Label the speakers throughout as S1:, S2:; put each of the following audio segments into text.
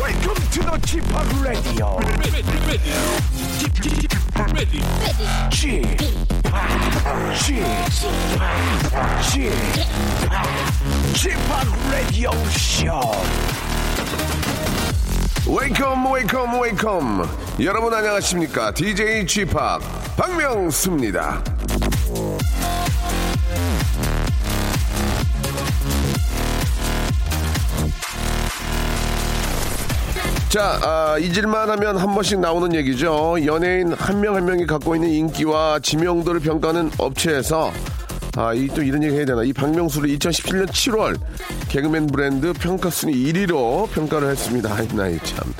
S1: Welcome to the Chip Radio. Chip Chip Chip Radio Show.
S2: 웨이컴 웨이컴 웨이컴 여러분 안녕하십니까 DJ g p o p 박명수입니다 자 아, 잊을만 하면 한 번씩 나오는 얘기죠 연예인 한 명 한 명이 갖고 있는 인기와 지명도를 평가하는 업체에서 아, 이 또 이런 얘기 해야 되나? 이 박명수를 2017년 7월 개그맨 브랜드 평가 순위 1위로 평가를 했습니다. 아이, 나이 참.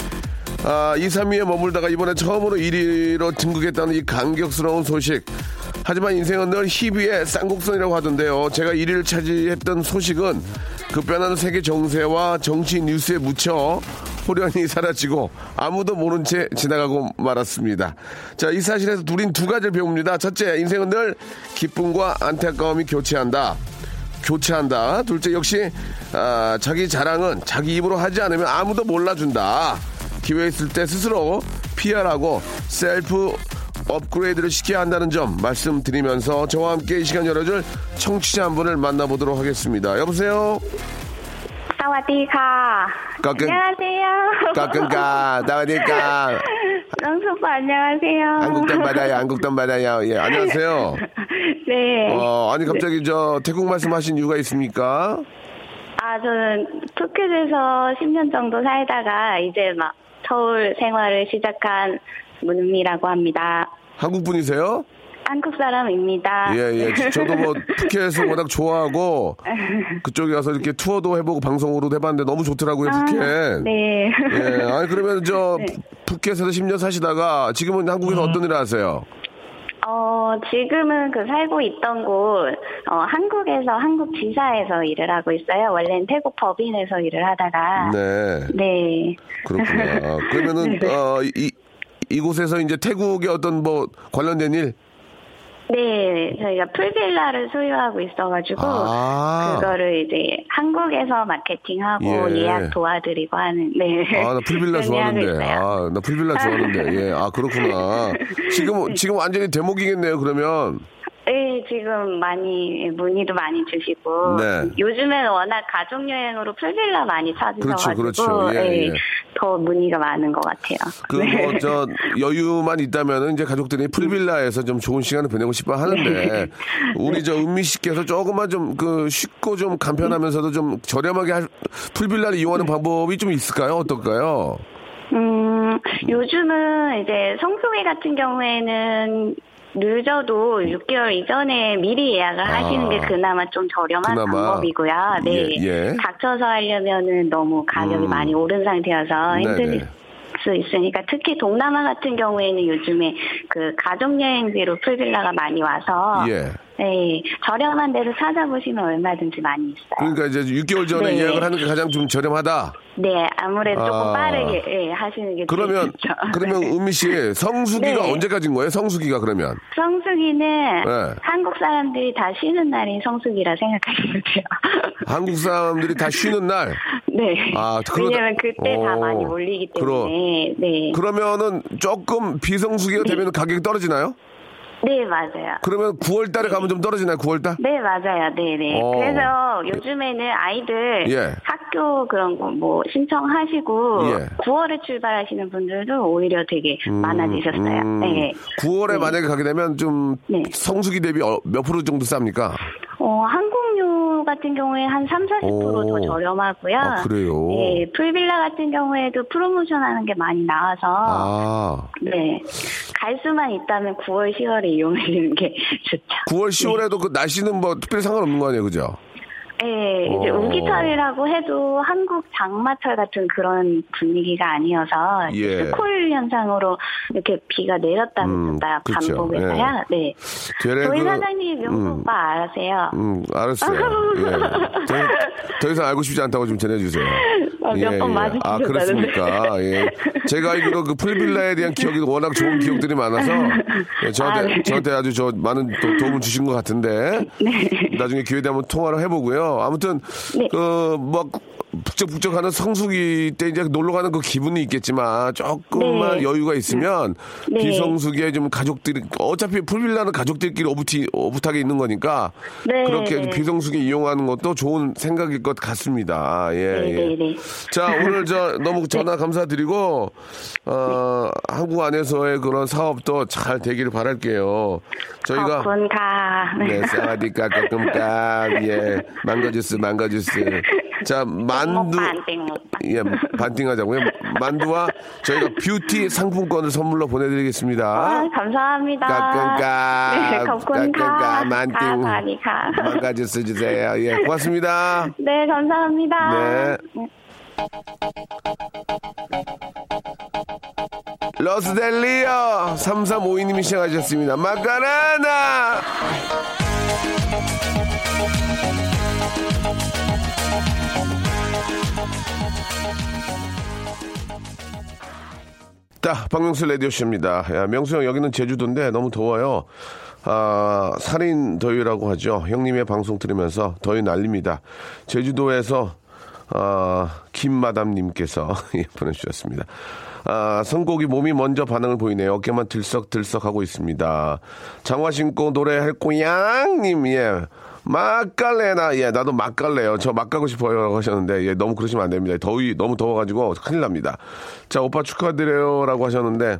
S2: 아, 2, 3위에 머물다가 이번에 처음으로 1위로 등극했다는 이 감격스러운 소식. 하지만 인생은 늘 희비의 쌍곡선이라고 하던데요. 제가 1위를 차지했던 소식은 급변하는 세계 정세와 정치 뉴스에 묻혀 호련히 사라지고 아무도 모른 채 지나가고 말았습니다. 자, 이 사실에서 둘인 두 가지를 배웁니다. 첫째, 인생은 늘 기쁨과 안타까움이 교체한다. 교체한다. 둘째, 역시 아, 자기 자랑은 자기 입으로 하지 않으면 아무도 몰라준다. 기회 있을 때 스스로 PR하고 셀프 업그레이드를 시켜야 한다는 점 말씀드리면서 저와 함께 이 시간 열어줄 청취자 한 분을 만나보도록 하겠습니다. 여보세요?
S3: สวัสดีค่ะ
S2: 가끔-
S3: 안녕하세요.
S2: 까끈까, 나가니까.
S3: 영수빠 안녕하세요.
S2: 한국단 바다야, 한국단 바다야. 예, 안녕하세요.
S3: 네.
S2: 어, 아니, 갑자기 저 태국 말씀하신 이유가 있습니까?
S3: 아 저는 터키에서 10년 정도 살다가 이제 막 서울 생활을 시작한 문미라고 합니다.
S2: 한국 분이세요?
S3: 한국 사람입니다.
S2: 예, 예. 저- 저도 뭐, 푸켓을 워낙 좋아하고, 그쪽에 가서 이렇게 투어도 해보고, 방송으로도 해봤는데 너무 좋더라고요,
S3: 아,
S2: 푸켓.
S3: 네.
S2: 예, 아니, 그러면 저, 푸- 푸켓에서 10년 사시다가, 지금은
S3: 네.
S2: 한국에서 어떤 일을 하세요?
S3: 어 지금은 그 살고 있던 곳 어, 한국에서 한국 지사에서 일을 하고 있어요. 원래는 태국 법인에서 일을 하다가
S2: 네.
S3: 네.
S2: 그렇구나. 그러면은, 어, 이, 이곳에서 이제 태국의 어떤 뭐, 관련된 일?
S3: 네, 저희가 풀빌라를 소유하고 있어가지고
S2: 아.
S3: 그거를 이제 한국에서 마케팅하고
S2: 예.
S3: 예. 약 도와드리고 하는 네.
S2: 아, 나 풀빌라
S3: 그런 일하고
S2: 좋아하는데.
S3: 있어요.
S2: 아, 나 풀빌라 좋아하는데. 예, 아, 그렇구나. 지금, 지금 완전히 대목이겠네요, 그러면.
S3: 네, 지금 많이 문의도 많이 주시고
S2: 네.
S3: 요즘엔 워낙 가족 여행으로 풀빌라 많이 찾으셔가지고
S2: 그렇죠, 그렇죠. 예,
S3: 네,
S2: 예.
S3: 더 문의가 많은 것 같아요.
S2: 그,
S3: 네.
S2: 뭐, 저, 여유만 있다면은 이제 가족들이 풀빌라에서 좀 좋은 시간을 보내고 싶어
S3: 네.
S2: 하는데, 우리 저 은미 씨께서 조금만 좀 그 쉽고 좀 간편하면서도 좀 저렴하게 할, 풀빌라를
S3: 네.
S2: 이용하는 방법이 좀 있을까요? 어떨까요?
S3: 음, 요즘은 이제 성소개 같은 경우에는 늦어도 6개월 이전에 미리 예약을
S2: 아.
S3: 하시는 게 그나마 좀 저렴한
S2: 그나마.
S3: 방법이고요. 네.
S2: 예, 예.
S3: 닥쳐서 하려면은 너무 가격이
S2: 음.
S3: 많이 오른 상태여서
S2: 네네.
S3: 힘들 수 있으니까 특히 동남아 같은 경우에는 요즘에 그 가족 여행지로 풀빌라가 많이 와서
S2: 예.
S3: 네, 저렴한 데로 찾아보시면 얼마든지 많이 있어요.
S2: 그러니까 이제 6개월 전에
S3: 네.
S2: 예약을 하는 게 가장 좀 저렴하다.
S3: 네, 아무래도
S2: 아.
S3: 조금 빠르게 예, 하시는 게
S2: 그러면,
S3: 좋겠죠.
S2: 그러면 은미 씨, 성수기가
S3: 그렇죠. 네.
S2: 언제까지인 거예요? 성수기가 그러면?
S3: 성수기는
S2: 네.
S3: 한국 사람들이 다 쉬는 날이 성수기라 생각하시면 돼요.
S2: 한국 사람들이 다 쉬는 날.
S3: 네.
S2: 아, 그러다-
S3: 왜냐면 그때 다
S2: 오.
S3: 많이 몰리기
S2: 그러-
S3: 때문에. 네.
S2: 그러면은 조금 비성수기가 되면 가격이 떨어지나요?
S3: 네, 맞아요.
S2: 그러면 9월 달에 가면 좀 떨어지나요? 9월 달?
S3: 네, 맞아요. 네, 네.
S2: 오.
S3: 그래서 요즘에는 아이들
S2: 어. 예.
S3: 학교 그런 거 뭐 신청하시고
S2: 예.
S3: 9월에 출발하시는 분들도 오히려 되게 많아지셨어요.
S2: 음,
S3: 네.
S2: 9월에 만약에 가게 되면 좀
S3: 네.
S2: 성수기 대비 어- 몇 프로 정도 쌉니까?
S3: 어, 항공료 같은 경우에 한 3, 40%더
S2: 오.
S3: 저렴하고요.
S2: 아, 그래요?
S3: 예, 풀빌라 같은 경우에도 프로모션 하는 게 많이 나와서,
S2: 아.
S3: 네. 갈 수만 있다면 9월, 10월에 이용하시는 게 좋죠.
S2: 9월, 10월에도 그 날씨는 뭐 특별히 상관없는 거 아니에요? 그죠?
S3: 예, 이제
S2: 오.
S3: 우기철이라고 해도 한국 장마철 같은 그런 분위기가 아니어서,
S2: 예.
S3: 스콜 현상으로 이렇게 비가 내렸다
S2: 음,
S3: 그랬다
S2: 그쵸.
S3: 반복해서야, 네.
S2: 되레
S3: 저희
S2: 그-
S3: 사장님이
S2: 음.
S3: 명품 오빠 아세요?
S2: 음, 알았어요. 예. 더, 더 이상 알고 싶지 않다고 좀 전해주세요.
S3: 어, 몇번
S2: 아,
S3: 맞으셨다는데.
S2: 그렇습니까? 예. 제가 알기로 그 풀빌라에 대한 기억이 워낙 좋은 기억들이 많아서 예, 저한테,
S3: 아, 네.
S2: 저한테 아주 저 많은 도, 도움을 주신 것 같은데 나중에 기회 되면 통화를 해보고요. 아무튼,
S3: 네.
S2: 그, 뭐, 북적북적하는 성수기 때 이제 놀러 가는 그 기분이 있겠지만 조금만
S3: 네.
S2: 여유가 있으면
S3: 네.
S2: 비성수기에 좀 가족들이 어차피 풀빌라는 가족들끼리 오붓이, 오붓하게 있는 거니까
S3: 네.
S2: 그렇게 비성수기 이용하는 것도 좋은 생각일 것 같습니다. 예,
S3: 네,
S2: 예.
S3: 네, 네.
S2: 자, 오늘 저 너무 전화 감사드리고 어,
S3: 네.
S2: 한국 안에서의 그런 사업도 잘 되기를 바랄게요.
S3: 아,
S2: 저희가
S3: 군가.
S2: 네, 사와디까 까끔까 예, 망가주스 망가주스. 자,
S3: 네,
S2: 만두
S3: 안 땡모.
S2: 예, 반띵하자고요. 만두와 저희가 뷰티 상품권을 선물로
S3: 아,
S2: 보내드리겠습니다.
S3: 감사합니다.
S2: 까끔까
S3: 네, 가.
S2: 까끔까
S3: 가,
S2: 만띵
S3: 가니까.
S2: 망가주스 주세요. 예, 고맙습니다.
S3: 네, 감사합니다.
S2: 네. 러스델리어 3352님이 시작하셨습니다. 마카라나 자, 박명수 라디오쇼입니다. 야, 명수 형, 여기는 제주도인데 너무 더워요. 아, 살인 더위라고 하죠. 형님의 방송 들으면서 더위 날립니다. 제주도에서, 아, 김마담님께서 예, 보내주셨습니다. 아, 선곡이 몸이 먼저 반응을 보이네요. 어깨만 들썩들썩 하고 있습니다. 장화 신고 노래할 꼬양님, 예. 막갈래나, 예, 나도 막갈래요. 저 막 가고 싶어요. 라고 하셨는데, 예, 너무 그러시면 안 됩니다. 더위, 너무 더워가지고 큰일 납니다. 자, 오빠 축하드려요. 라고 하셨는데,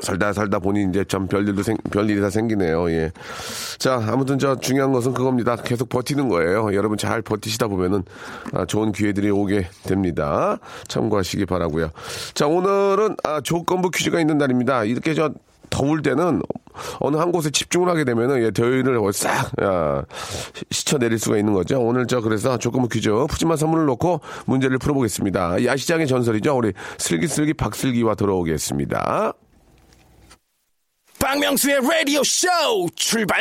S2: 살다 살다 보니 이제 참 별일도 생, 별일이 다 생기네요. 예. 자, 아무튼 저 중요한 것은 그겁니다. 계속 버티는 거예요. 여러분 잘 버티시다 보면은 아, 좋은 기회들이 오게 됩니다. 참고하시기 바라고요. 자, 오늘은 아, 조건부 퀴즈가 있는 날입니다. 이렇게 저 더울 때는 어느 한 곳에 집중을 하게 되면은 예, 더위를 싹 아, 시쳐 내릴 수가 있는 거죠. 오늘 저 그래서 조건부 퀴즈 푸짐한 선물을 놓고 문제를 풀어보겠습니다. 야시장의 전설이죠. 우리 슬기슬기 박슬기와 돌아오겠습니다.
S1: 박명수의 라디오 쇼 출발!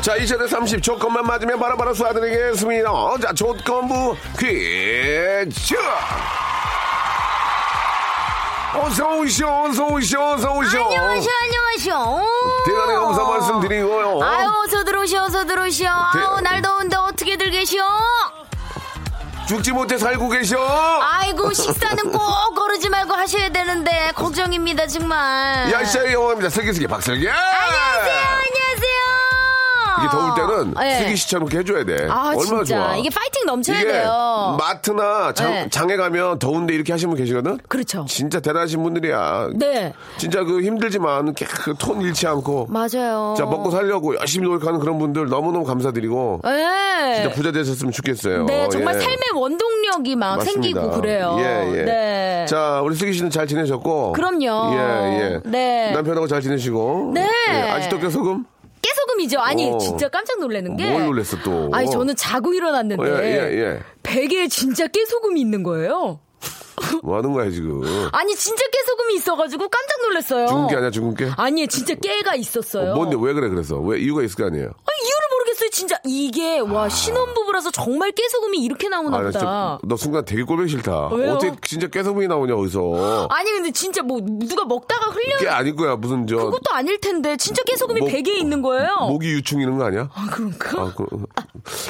S2: 자, 2030 조건만 맞으면 바로바로 쏴드리겠습니다. 어, 자, 조건부 퀴즈! 어서오시오, 어서오시오, 어서오시오.
S4: 안녕하쇼, 안녕하쇼.
S2: 대단히 감사 말씀드리고요.
S4: 아유, 어서 들어오시오, 어서 들어오시오. 아유,
S2: 대-
S4: 날 더운데 어떻게들 계시오?
S2: 죽지 못해 살고 계셔.
S4: 아이고, 식사는 꼭 거르지 말고 하셔야 되는데, 걱정입니다, 정말.
S2: 야시아의 영화입니다. 슬기슬기 박슬기.
S4: 안녕하세요, 안녕하세요.
S2: 이게 더울 때는
S4: 예.
S2: 슬기 시켜놓게 해줘야 돼.
S4: 아,
S2: 얼마나
S4: 진짜.
S2: 좋아.
S4: 이게 파이팅 넘쳐야
S2: 이게
S4: 돼요.
S2: 마트나 장,
S4: 네.
S2: 장에 가면 더운데 이렇게 하시는 분 계시거든?
S4: 그렇죠.
S2: 진짜 대단하신 분들이야.
S4: 네.
S2: 진짜 그 힘들지만 그 톤 잃지 않고
S4: 맞아요.
S2: 자 먹고 살려고 열심히 노력하는 그런 분들 너무너무 감사드리고
S4: 예.
S2: 진짜 부자 되셨으면 좋겠어요.
S4: 네, 정말
S2: 예.
S4: 삶의 원동력이 막
S2: 맞습니다.
S4: 생기고 그래요.
S2: 예, 예.
S4: 네.
S2: 자, 우리 슬기 씨는 잘 지내셨고.
S4: 그럼요.
S2: 예, 예.
S4: 네.
S2: 남편하고 잘 지내시고.
S4: 네.
S2: 예, 아직도 깨소금?
S4: 깨소금이죠. 아니
S2: 어.
S4: 진짜 깜짝 놀라는 게.
S2: 뭘 놀랬어, 또?
S4: 아니 저는 네. 자고 일어났는데
S2: 예, 예, 예.
S4: 베개에 진짜 깨소금이 있는 거예요.
S2: 뭐 하는 거야, 지금?
S4: 아니 진짜 깨소금이 있어가지고 깜짝 놀랐어요.
S2: 죽은 게 아니야, 죽은 게?
S4: 아니 진짜 깨가 있었어요.
S2: 뭔데, 뭐? 왜 그래, 그래서? 왜, 이유가 있을 거 아니에요?
S4: 아니, 이유를 모르겠어요. 진짜 이게 와 신혼부부라서 정말 깨소금이 이렇게 나오나
S2: 아, 나
S4: 보다.
S2: 진짜, 너 순간 되게 꼴보기 싫다.
S4: 왜요?
S2: 어떻게 진짜 깨소금이 나오냐, 어디서.
S4: 아니 근데 진짜 뭐 누가 먹다가 흘려
S2: 그게 아닐 거야, 무슨 저.
S4: 그것도 아닐 텐데 진짜 깨소금이
S2: 목-
S4: 베개에 있는 거예요.
S2: 모기 유충 이런 거 아니야?
S4: 아 그런가?
S2: 아, 그,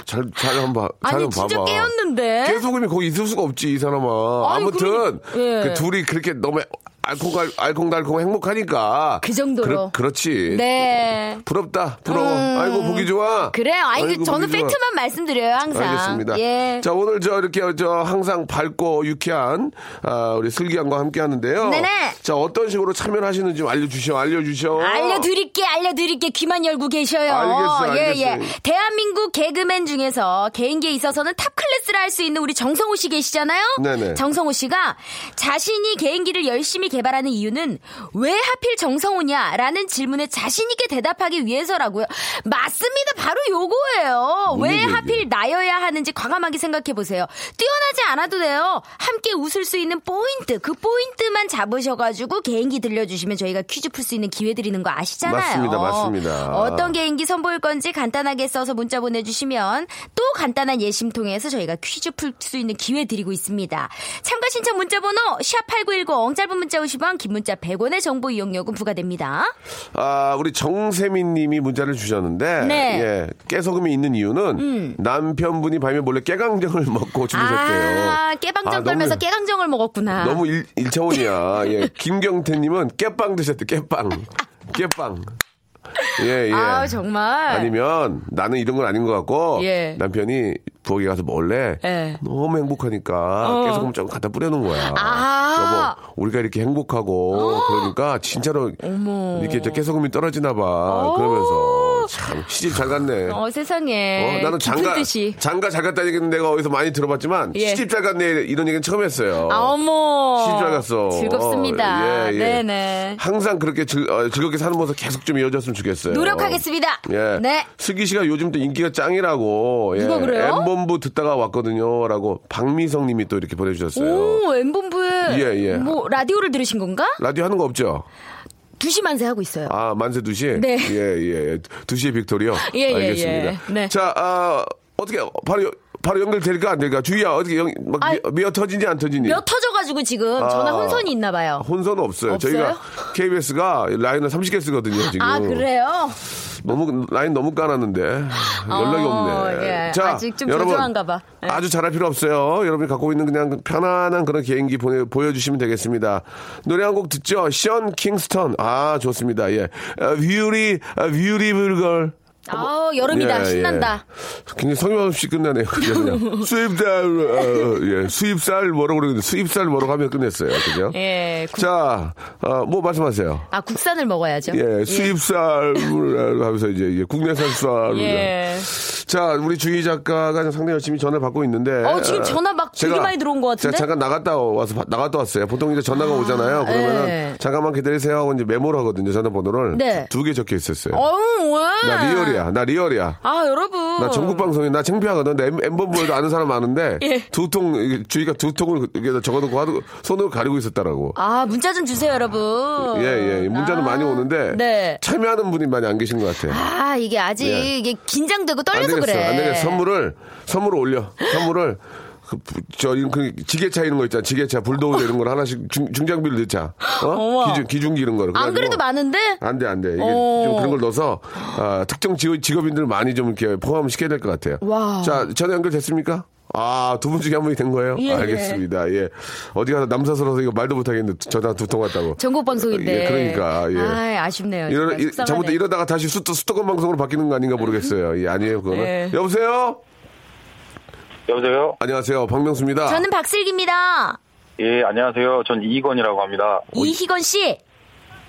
S2: 잘, 잘 한번 봐. 잘
S4: 아니
S2: 한번
S4: 진짜
S2: 봐봐.
S4: 깨었는데.
S2: 깨소금이 거기 있을 수가 없지, 이 사람아.
S4: 아니,
S2: 아무튼,
S4: 그러니- 예.
S2: 그 둘이 그렇게 너무 알콩달, 알콩달콩 행복하니까.
S4: 그 정도로.
S2: 그렇, 지
S4: 네. 음.
S2: 부럽다, 부러워. 아이고, 보기 좋아.
S4: 그래요. 아니,
S2: 아이고,
S4: 저는
S2: 보기 좋아.
S4: 팩트만 말씀드려요, 항상.
S2: 알겠습니다.
S4: 예.
S2: 자, 오늘 저 이렇게 저 항상 밝고 유쾌한 아, 우리 슬기양과 함께 하는데요.
S4: 네네.
S2: 자, 어떤 식으로 참여를 하시는지 좀 알려주시오, 알려주시오.
S4: 알려드릴게, 알려드릴게. 귀만 열고 계셔요.
S2: 어. 알겠어요,
S4: 예, 예.
S2: 알겠어요.
S4: 대한민국 개그맨 중에서 개인기에 있어서는 탑 클래스라 할 수 있는 우리 정성호 씨 계시잖아요?
S2: 네네.
S4: 정성호 씨가 자신이 개인기를 열심히 개발하는 이유는 왜 하필 정성호냐라는 질문에 자신있게 대답하기 위해서라고요. 맞습니다. 바로 요거예요.
S2: 뭔
S4: 왜
S2: 얘기예요,
S4: 하필 나여야 하는지 과감하게 생각해보세요. 뛰어나지 않아도 돼요. 함께 웃을 수 있는 포인트, 그 포인트만 잡으셔가지고 개인기 들려주시면 저희가 퀴즈 풀 수 있는 기회 드리는 거 아시잖아요.
S2: 맞습니다, 맞습니다.
S4: 어떤 개인기 선보일 건지 간단하게 써서 문자 보내주시면 또 간단한 예심 통해서 저희가 퀴즈 풀 수 있는 기회 드리고 있습니다. 참가 신청 문자 번호 샵8910 짧은 문자 50원 긴 문자 100원의 정보 이용료금 부과됩니다.
S2: 아, 우리 정세민 님이 문자를 주셨는데,
S4: 네. 음.
S2: 예, 깨소금이 있는 이유는 남편분이 밤에 몰래 깨강정을 먹고 주무셨대요.
S4: 아 깨방정 아.
S2: 아,
S4: 떨면서
S2: 너무-
S4: 깨강정을 먹었구나.
S2: 너무 일, 일차원이야. 예. 김경태님은 깨빵 드셨대, 깨빵. 깨빵. 예, 예.
S4: 아 정말.
S2: 아니면 나는 이런 건 아닌 것 같고
S4: 예.
S2: 남편이 부엌에 가서 몰래
S4: 예.
S2: 너무 행복하니까
S4: 어.
S2: 계속 좀 갖다 뿌려놓은 거야.
S4: 아. 어.
S2: 여보, 우리가 이렇게 행복하고 그러니까 진짜로
S4: 어머.
S2: 이렇게 저 깨소금이 떨어지나 봐.
S4: 오.
S2: 그러면서 참 시집 잘 갔네.
S4: 어 세상에.
S2: 어, 나는 장가
S4: 뜻이.
S2: 장가 잘 갔다 얘기는 내가 어디서 많이 들어봤지만
S4: 예.
S2: 시집 잘 갔네 이런 얘기는 처음 했어요.
S4: 아, 어머.
S2: 시집 잘 갔어.
S4: 즐겁습니다.
S2: 어, 예, 예.
S4: 네네.
S2: 항상 그렇게 즐, 겁게 사는 모습 계속 좀 이어졌으면 좋겠어요.
S4: 노력하겠습니다.
S2: 예.
S4: 네.
S2: 슬기 씨가 요즘 또 인기가 짱이라고. 예.
S4: 누가 그래요?
S2: M본부 듣다가 왔거든요. 라고 박미성 님이 또 이렇게 보내주셨어요.
S4: 오, 엠본부에
S2: 예, 예.
S4: 뭐 라디오를 들으신 건가?
S2: 라디오 하는 거 없죠?
S4: 2시 만세 하고 있어요.
S2: 아, 만세 두시?
S4: 네.
S2: 예, 예. 두시에 빅토리요?
S4: 예, 예,
S2: 알겠습니다.
S4: 예. 네.
S2: 자, 아, 어떻게, 바로, 바로 연결될까 안 될까? 주희야, 어떻게 연, 막
S4: 아이.
S2: 미- 미어 터지니 안 터지니?
S4: 몇 터져가지고 지금 전화
S2: 예. 아.
S4: 혼선이 있나 봐요.
S2: 혼선은 없어요.
S4: 없어요?
S2: 저희가 KBS가 라인을 30개 쓰거든요, 지금.
S4: 아 그래요?
S2: 너무 라인 너무 까놨는데 연락이
S4: 어,
S2: 없네.
S4: 예. 아직 좀
S2: 여러분,
S4: 조조한가 봐. 예.
S2: 아주 잘할 필요 없어요. 여러분이 갖고 있는 그냥 편안한 그런 개인기 보내, 보여주시면 되겠습니다. 노래 한 곡 듣죠. 션 킹스턴. 아 좋습니다. 예, 뷰리 뷰리블 걸.
S4: 아 여름이다
S2: 어, 예,
S4: 신난다.
S2: 예. 굉장히 성의 없이 끝나네요. 그죠, 그냥 수입살, 어, 예, 수입살 뭐라고 그러는데 수입살 뭐라고 하면 끝냈어요. 그죠?
S4: 예. 국,
S2: 자, 어, 뭐 말씀하세요.
S4: 아 국산을 먹어야죠.
S2: 예, 수입쌀을 하면서 이제 이제 국내산 쌀을.
S4: 예.
S2: 자, 우리 주희 작가가 상당히 열심히 전화 를 받고 있는데.
S4: 어, 지금 전화 막 되게 많이 들어온 것 같은데?
S2: 제가 잠깐 나갔다 와서 바- 나갔다 왔어요. 보통 이제 전화가 오잖아요. 그러면은
S4: 예.
S2: 잠깐만 기다리세요 하고 이제 메모를 하거든요. 전화번호를
S4: 네.
S2: 두 개 적혀 있었어요.
S4: 어우 네. 왜?
S2: 나 리얼이야. 나 리얼이야.
S4: 아 여러분.
S2: 나 전국 방송에 나 창피하거든. 나 엠번부에도 아는 사람 많은데
S4: 예.
S2: 두통 주희가 두 통을 이렇게 적어놓고 하도 손으로 가리고 있었다라고.
S4: 아 문자 좀 주세요 여러분.
S2: 예, 예. 문자는
S4: 아.
S2: 많이 오는데
S4: 네.
S2: 참여하는 분이 많이 안 계신 것 같아요.
S4: 아 이게 아직
S2: 예.
S4: 이게 긴장되고
S2: 안
S4: 떨려서
S2: 되겠어.
S4: 그래.
S2: 안 되겠어. 선물을 선물을 올려. 선물을 그, 부- 저, 이런 그, 지게차 이런 거 있잖아. 지게차, 불도우저 이런 걸 하나씩 중, 중장비를 넣자. 어?
S4: 어머.
S2: 기중, 기중기 이런 거를.
S4: 안 그래도
S2: 그래가지고 아,
S4: 많은데.
S2: 안 돼, 안 돼. 이게
S4: 어.
S2: 좀 그런 걸 넣어서, 아, 특정 지, 직업인들 많이 좀 이렇게 포함시켜야 될 것 같아요.
S4: 와.
S2: 자, 전화 연결됐습니까? 아, 두 분 중에 한 분이 된 거예요?
S4: 예,
S2: 알겠습니다. 예. 어디 가서 남사스러워서 이거 말도 못하겠는데 전화 두 통 왔다고.
S4: 전국 방송인데.
S2: 예, 그러니까, 예.
S4: 아, 아쉽네요.
S2: 이러,
S4: 정말
S2: 이,
S4: 속상하네.
S2: 잘못 이러다가 다시 수, 수도권 방송으로 바뀌는 거 아닌가 모르겠어요. 예, 아니에요, 그거는.
S4: 예.
S2: 여보세요?
S5: 여보세요?
S2: 안녕하세요. 박명수입니다.
S4: 저는 박슬기입니다.
S5: 예, 안녕하세요. 전 이건이라고 합니다.
S4: 이희건 씨,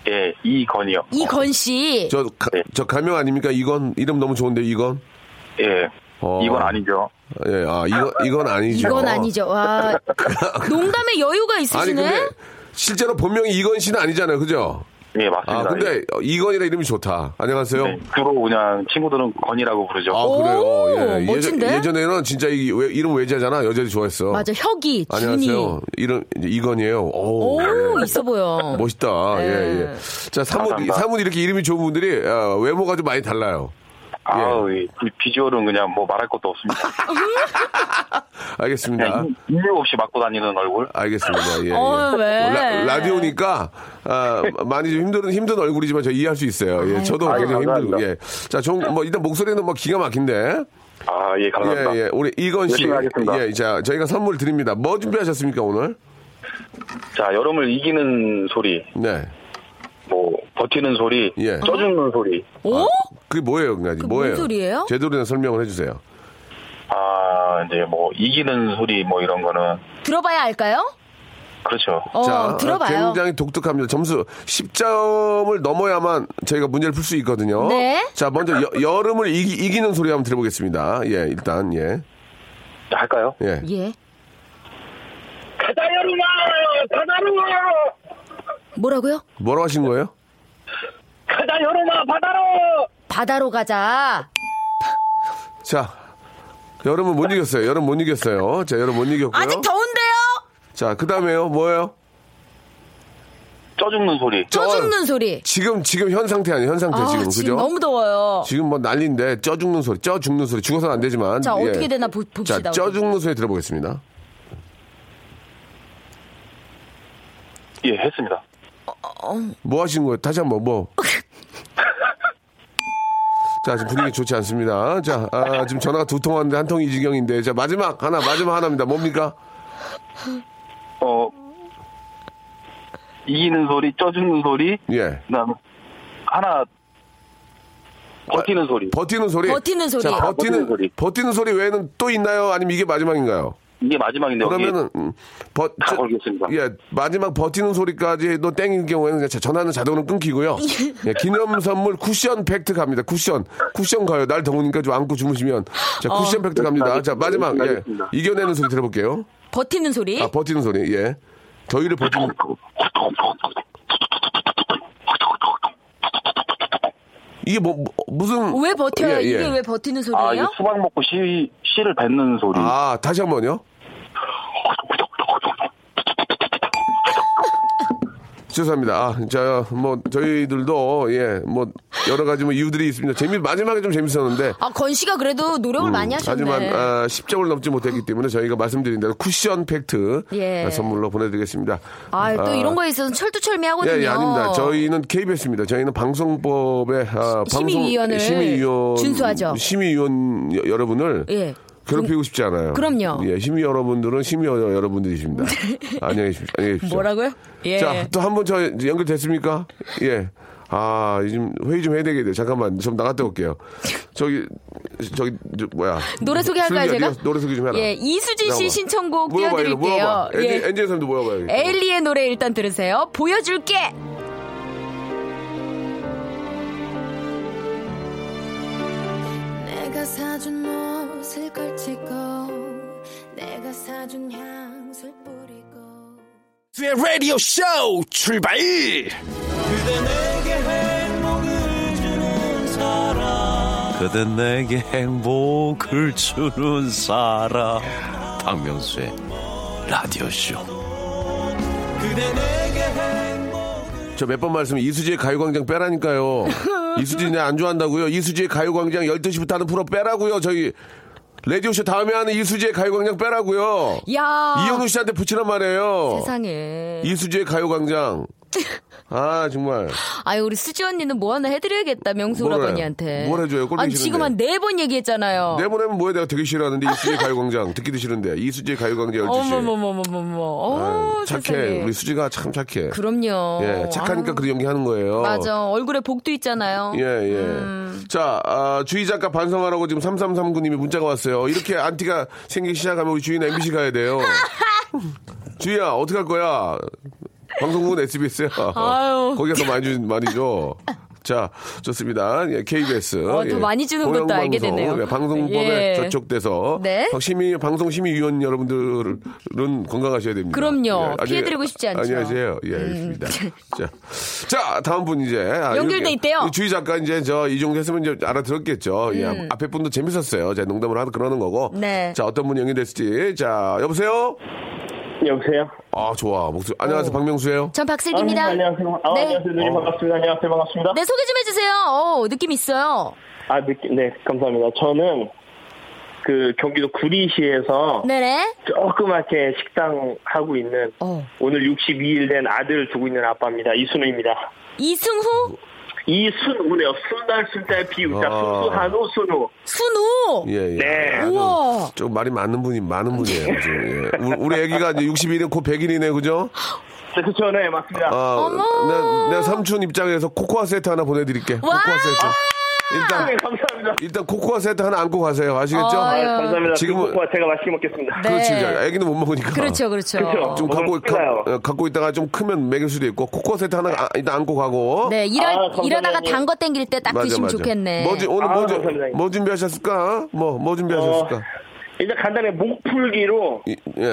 S5: 예, 이건이요.
S4: 이건 씨.
S2: 어. 저, 가,
S5: 네.
S2: 저 가명 아닙니까? 이건? 이름 너무 좋은데, 이건?
S5: 예.
S2: 어.
S5: 이건 아니죠.
S2: 예, 아, 이건, 이건 아니죠.
S4: 이건 아니죠. 와, 농담의 여유가
S2: 아니,
S4: 있으시네.
S2: 근데, 실제로 본명이 이건 씨는 아니잖아요. 그죠?
S5: 예,
S2: 아,
S5: 맞습니다.
S2: 근데,
S5: 예.
S2: 어, 이건이라 이름이 좋다. 안녕하세요.
S5: 네, 주로 그냥 친구들은 건이라고 부르죠.
S2: 아,
S4: 오,
S2: 그래요? 예.
S4: 멋진데?
S2: 예전, 에는 진짜 이, 외- 이름 외자잖아. 여자들이 좋아했어.
S4: 맞아, 혁이, 준이.
S2: 안녕하세요. 이름, 이제 이건이에요. 오. 예.
S4: 오, 있어 보여.
S2: 멋있다. 예,
S4: 예.
S2: 예. 자, 사뭇,
S5: 감사합니다.
S2: 사뭇 이렇게 이름이 좋은 분들이 아, 외모가 좀 많이 달라요.
S5: 아우,
S2: 예.
S5: 이 비주얼은 그냥 뭐 말할 것도 없습니다.
S2: 아. 알겠습니다.
S5: 그냥 인- 인류 없이 맞고 다니는 얼굴.
S2: 알겠습니다. 예, 예.
S4: 어, 왜?
S2: 라, 디오니까 아, 많이 좀 힘든 힘든 얼굴이지만 저 이해할 수 있어요. 예, 저도
S5: 아유,
S2: 굉장히 힘들고.
S5: 감사합니다.
S2: 예. 자, 좀뭐 일단 목소리는 뭐 기가 막힌데.
S5: 아, 예, 감사합니다.
S2: 예, 예. 우리 이건 씨.
S5: 열심히 하겠습니다.
S2: 예, 자, 저희가 선물 드립니다. 뭐 준비하셨습니까, 오늘?
S5: 자, 여름을 이기는 소리,
S2: 네.
S5: 뭐, 버티는 소리,
S2: 예.
S5: 쪄죽는 소리.
S4: 오?
S2: 그게 뭐예요, 그게
S4: 그게 뭔
S2: 뭐예요?
S4: 소리예요?
S2: 제대로 설명을 해 주세요.
S5: 아, 이제 뭐, 이기는 소리 뭐 이런 거는.
S4: 들어봐야 알까요?
S5: 그렇죠.
S4: 어, 들어봐요.
S2: 굉장히 독특합니다. 점수 10점을 넘어야만 저희가 문제를 풀 수 있거든요.
S4: 네.
S2: 자, 먼저 여, 름을 이기, 는 소리 한번 들어보겠습니다. 예, 일단 예.
S5: 할까요?
S2: 예.
S4: 예.
S5: 가자, 여름아! 가자, 여름아!
S4: 뭐라고요?
S2: 뭐라고 하신 거예요?
S5: 가자 여름아 바다로
S4: 바다로 가자.
S2: 자, 여름은 못 이겼어요. 여름 못 이겼어요. 자, 여름 못 이겼고요.
S4: 아직 더운데요?
S2: 자, 그 다음에요. 뭐예요?
S5: 쪄 죽는 소리
S4: 쪄
S2: 저-
S4: 죽는 소리.
S2: 지금, 지금 현 상태 아니에요. 현 상태
S4: 아,
S2: 지금. 그죠?
S4: 지금, 너무 더워요.
S2: 지금 뭐 난리인데, 쪄 죽는 소리, 쪄 죽는 소리. 죽어서는 안 되지만.
S4: 자,
S2: 예.
S4: 어떻게 되나 보-
S2: 자,
S4: 봅시다.
S2: 쪄 죽는 소리 들어보겠습니다.
S5: 예 했습니다
S2: 뭐 하시는 거예요? 다시 한 번, 뭐. 자, 지금 분위기 좋지 않습니다. 자, 아, 지금 전화가 두 통 왔는데 한 통이 이 지경인데. 자, 마지막 하나, 마지막 하나입니다. 뭡니까?
S5: 어 이기는 소리 쪄 죽는 소리
S2: 예.
S5: 그다음 하나 버티는 소리
S2: 아, 버티는 소리.
S4: 버티는 소리.
S2: 자,
S4: 아,
S2: 버티는,
S5: 버티는 소리.
S2: 버티는 소리 외에는 또 있나요? 아니면 이게 마지막인가요?
S5: 이게 마지막인데 네, 여기
S2: 그러면은 음, 버,
S5: 다
S2: 저-
S5: 걸겠습니다.
S2: 예, 마지막 버티는 소리까지 해도 땡인 경우에는 그냥 자- 전화는 자동으로 끊기고요. 예, 기념 선물 쿠션 팩트 갑니다. 쿠션, 쿠션 가요. 날 더우니까 좀 안고 주무시면 자
S4: 어.
S2: 쿠션 팩트 갑니다. 자 마지막 예,
S5: 알겠습니다.
S2: 이겨내는 소리 들어볼게요.
S4: 버티는 소리.
S2: 아 버티는 소리. 예, 더위를 버티는. 이게 뭐, 뭐- 무슨
S4: 왜 버텨요?
S2: 예, 예.
S4: 이게 왜 버티는
S5: 아
S4: 소리예요?
S5: 이거 수박 먹고 씨 씨를 뱉는 소리
S2: 아 다시 한 번요. 죄송합니다. 아, 자, 뭐, 저희들도, 예, 뭐, 여러 가지 뭐 이유들이 있습니다. 재미, 마지막에 좀 재밌었는데.
S4: 아, 건 씨가 그래도 노력을 많이 하셨네.
S2: 음, 하지만, 아, 10점을 넘지 못했기 때문에 저희가 말씀드린 대로 쿠션 팩트.
S4: 예.
S2: 아, 선물로 보내드리겠습니다.
S4: 아, 또 이런 거에 있어서 철두철미하거든요.
S2: 예, 예, 아닙니다. 저희는 KBS입니다. 저희는 방송법의 아, 방송
S4: 심의위원을
S2: 심의위원
S4: 준수하죠.
S2: 심의위원 여- 여러분을
S4: 예.
S2: 괴롭히고 싶지 않아요.
S4: 그럼요.
S2: 예, 심의 여러분들은 심의 여- 여러분들이십니다. 안녕히 계십시오. 안녕히 계십시오.
S4: 뭐라고요? 예.
S2: 자, 또 한 번 저 연결됐습니까? 예. 아, 요즘 회의 좀 해야 되겠네요. 잠깐만, 좀 나갔다 올게요. 저기, 저기, 저, 뭐야.
S4: 노래 소개할까요,
S2: 슬기
S4: 제가?
S2: 어디가- 노래 소개 좀 해라.
S4: 예, 이수진 씨
S2: 잠깐만.
S4: 신청곡
S2: 모여봐, 일로
S4: 띄워드릴게요.
S2: 모여봐.
S4: 예.
S2: 엔지, 엔지 사람도 모여봐요.
S4: 에일리의 노래 일단 들으세요. 보여줄게.
S6: 내가 사준 옷을 걸치고 내가 사준 향수를 뿌리고
S1: 박명수의 라디오 쇼 출발!
S7: 그대 내게 행복을 주는 사람 박명수의 라디오쇼
S2: 저 몇 번 말씀 이수지의 가요광장 빼라니까요. 이수지 네, 내안 좋아한다고요. 이수지의 가요광장 12시부터 하는 프로 빼라고요. 저희 라디오쇼 다음에 하는 이수지의 가요광장 빼라고요.
S4: 야
S2: 이현우 씨한테 붙이란 말이에요.
S4: 세상에.
S2: 이수지의 가요광장. 아 정말.
S4: 아유 우리 수지 언니는 뭐 하나 해드려야겠다 명수
S2: 뭘 해요?
S4: 오라버니한테.
S2: 뭘 해줘요? 꼴보기
S4: 아니
S2: 싫은데.
S4: 지금 한 네 번 얘기했잖아요.
S2: 내보내면 뭐야 내가 되게 싫어하는데 이수지의 가요광장 듣기도 싫은데 이수지의 가요광장 12시.
S4: 어머머머머머머. 어,
S2: 아, 착해.
S4: 세상에.
S2: 우리 수지가 참 착해.
S4: 그럼요.
S2: 예, 착하니까
S4: 아,
S2: 그런 연기하는 거예요.
S4: 맞아. 얼굴에 복도 있잖아요. 음.
S2: 예, 예. 자, 아, 주희 작가 반성하라고 지금 3339님이 문자가 왔어요. 이렇게 안티가 생기기 시작하면 우리 주희는 MBC 가야 돼요. 주희야, 어떻게 할 거야? 방송국은 SBS야.
S4: 아유.
S2: 거기 가서 많이, 주, 많이 줘. 자, 좋습니다. 예, KBS.
S4: 어, 더 많이 주는 것도
S2: 공영방송,
S4: 알게 되네요.
S2: 예, 방송법에
S4: 예.
S2: 저촉돼서.
S4: 네.
S2: 심의, 방송심의위원 여러분들은 건강하셔야 됩니다.
S4: 그럼요.
S2: 안녕히-
S4: 피해드리고 싶지 않죠. 음.
S2: 안녕하세요. 예, 알겠습니다. 자, 자, 다음 분 이제. 아,
S4: 연결돼
S2: 이렇게.
S4: 있대요.
S2: 주희 작가 이제 저 이 정도 했으면 이제 알아들었겠죠. 예, 앞에 분도 재밌었어요. 제가 농담을 하는 그러는 거고.
S4: 음. 네.
S2: 자 어떤 분이 연결됐을지. 자 여보세요.
S8: 여보세요?
S2: 아 좋아 목소리. 안녕하세요
S4: 어.
S2: 박명수예요.
S4: 전 박슬기입니다.
S8: 아, 안녕하세요. 아,
S4: 네.
S8: 안녕하세요. 누님 반갑습니다. 안녕하세요. 반갑습니다.
S4: 네 소개 좀 해주세요. 어 느낌 있어요.
S8: 아, 느낌, 네, 감사합니다. 저는 그 경기도 구리시에서
S4: 네네.
S8: 조그맣게 식당 하고 있는
S4: 어.
S8: 오늘 62일 된 아들을 두고 있는 아빠입니다. 이순우입니다.
S4: 이승후,
S8: 이순우네요. 순달 순달 비우자
S2: 아.
S8: 순수 한우 순우.
S4: 순우.
S2: 예 예.
S8: 네.
S2: 아, 좀-
S4: 우와.
S2: 좀 말이 많은 분이 많은 분이에요. 지금. 예. 우- 우리 아기가 이제 61일 곧 100일이네 그죠?
S8: 네, 그쵸, 네, 맞습니다.
S2: 아,
S4: 어머.
S2: 내, 내 삼촌 입장에서 코코아 세트 하나 보내드릴게.
S4: 와.
S2: 코코아 세트.
S8: 네,
S2: 일단
S8: 감사합니다.
S2: 일단 코코아 세트 하나 안고 가세요. 아시겠죠?
S8: 아,
S4: 아유.
S8: 감사합니다.
S2: 지금은-
S8: 지금은 제가 맛있게 먹겠습니다.
S4: 네.
S2: 그렇지. 이제 아기는 못 먹으니까.
S4: 그렇죠, 그렇죠.
S8: 그렇죠.
S2: 좀
S8: 어,
S2: 갖고,
S8: 너무 큰가요? 네.
S2: 가- 어, 갖고 있다가 좀 크면 먹일 수도 있고 코코 세트 하나 아, 일단 안고 가고
S4: 네 일할
S8: 아, 감사합니다.
S4: 일하다가 단 거 땡길 때 딱
S2: 맞아,
S4: 드시면
S2: 맞아.
S4: 좋겠네.
S2: 뭐, 지- 오늘
S8: 아,
S2: 뭐, 지-
S8: 감사합니다.
S2: 뭐 준비하셨을까? 뭐, 뭐 준비하셨을까?
S8: 어, 일단 간단히 목풀기로
S2: 이- 예.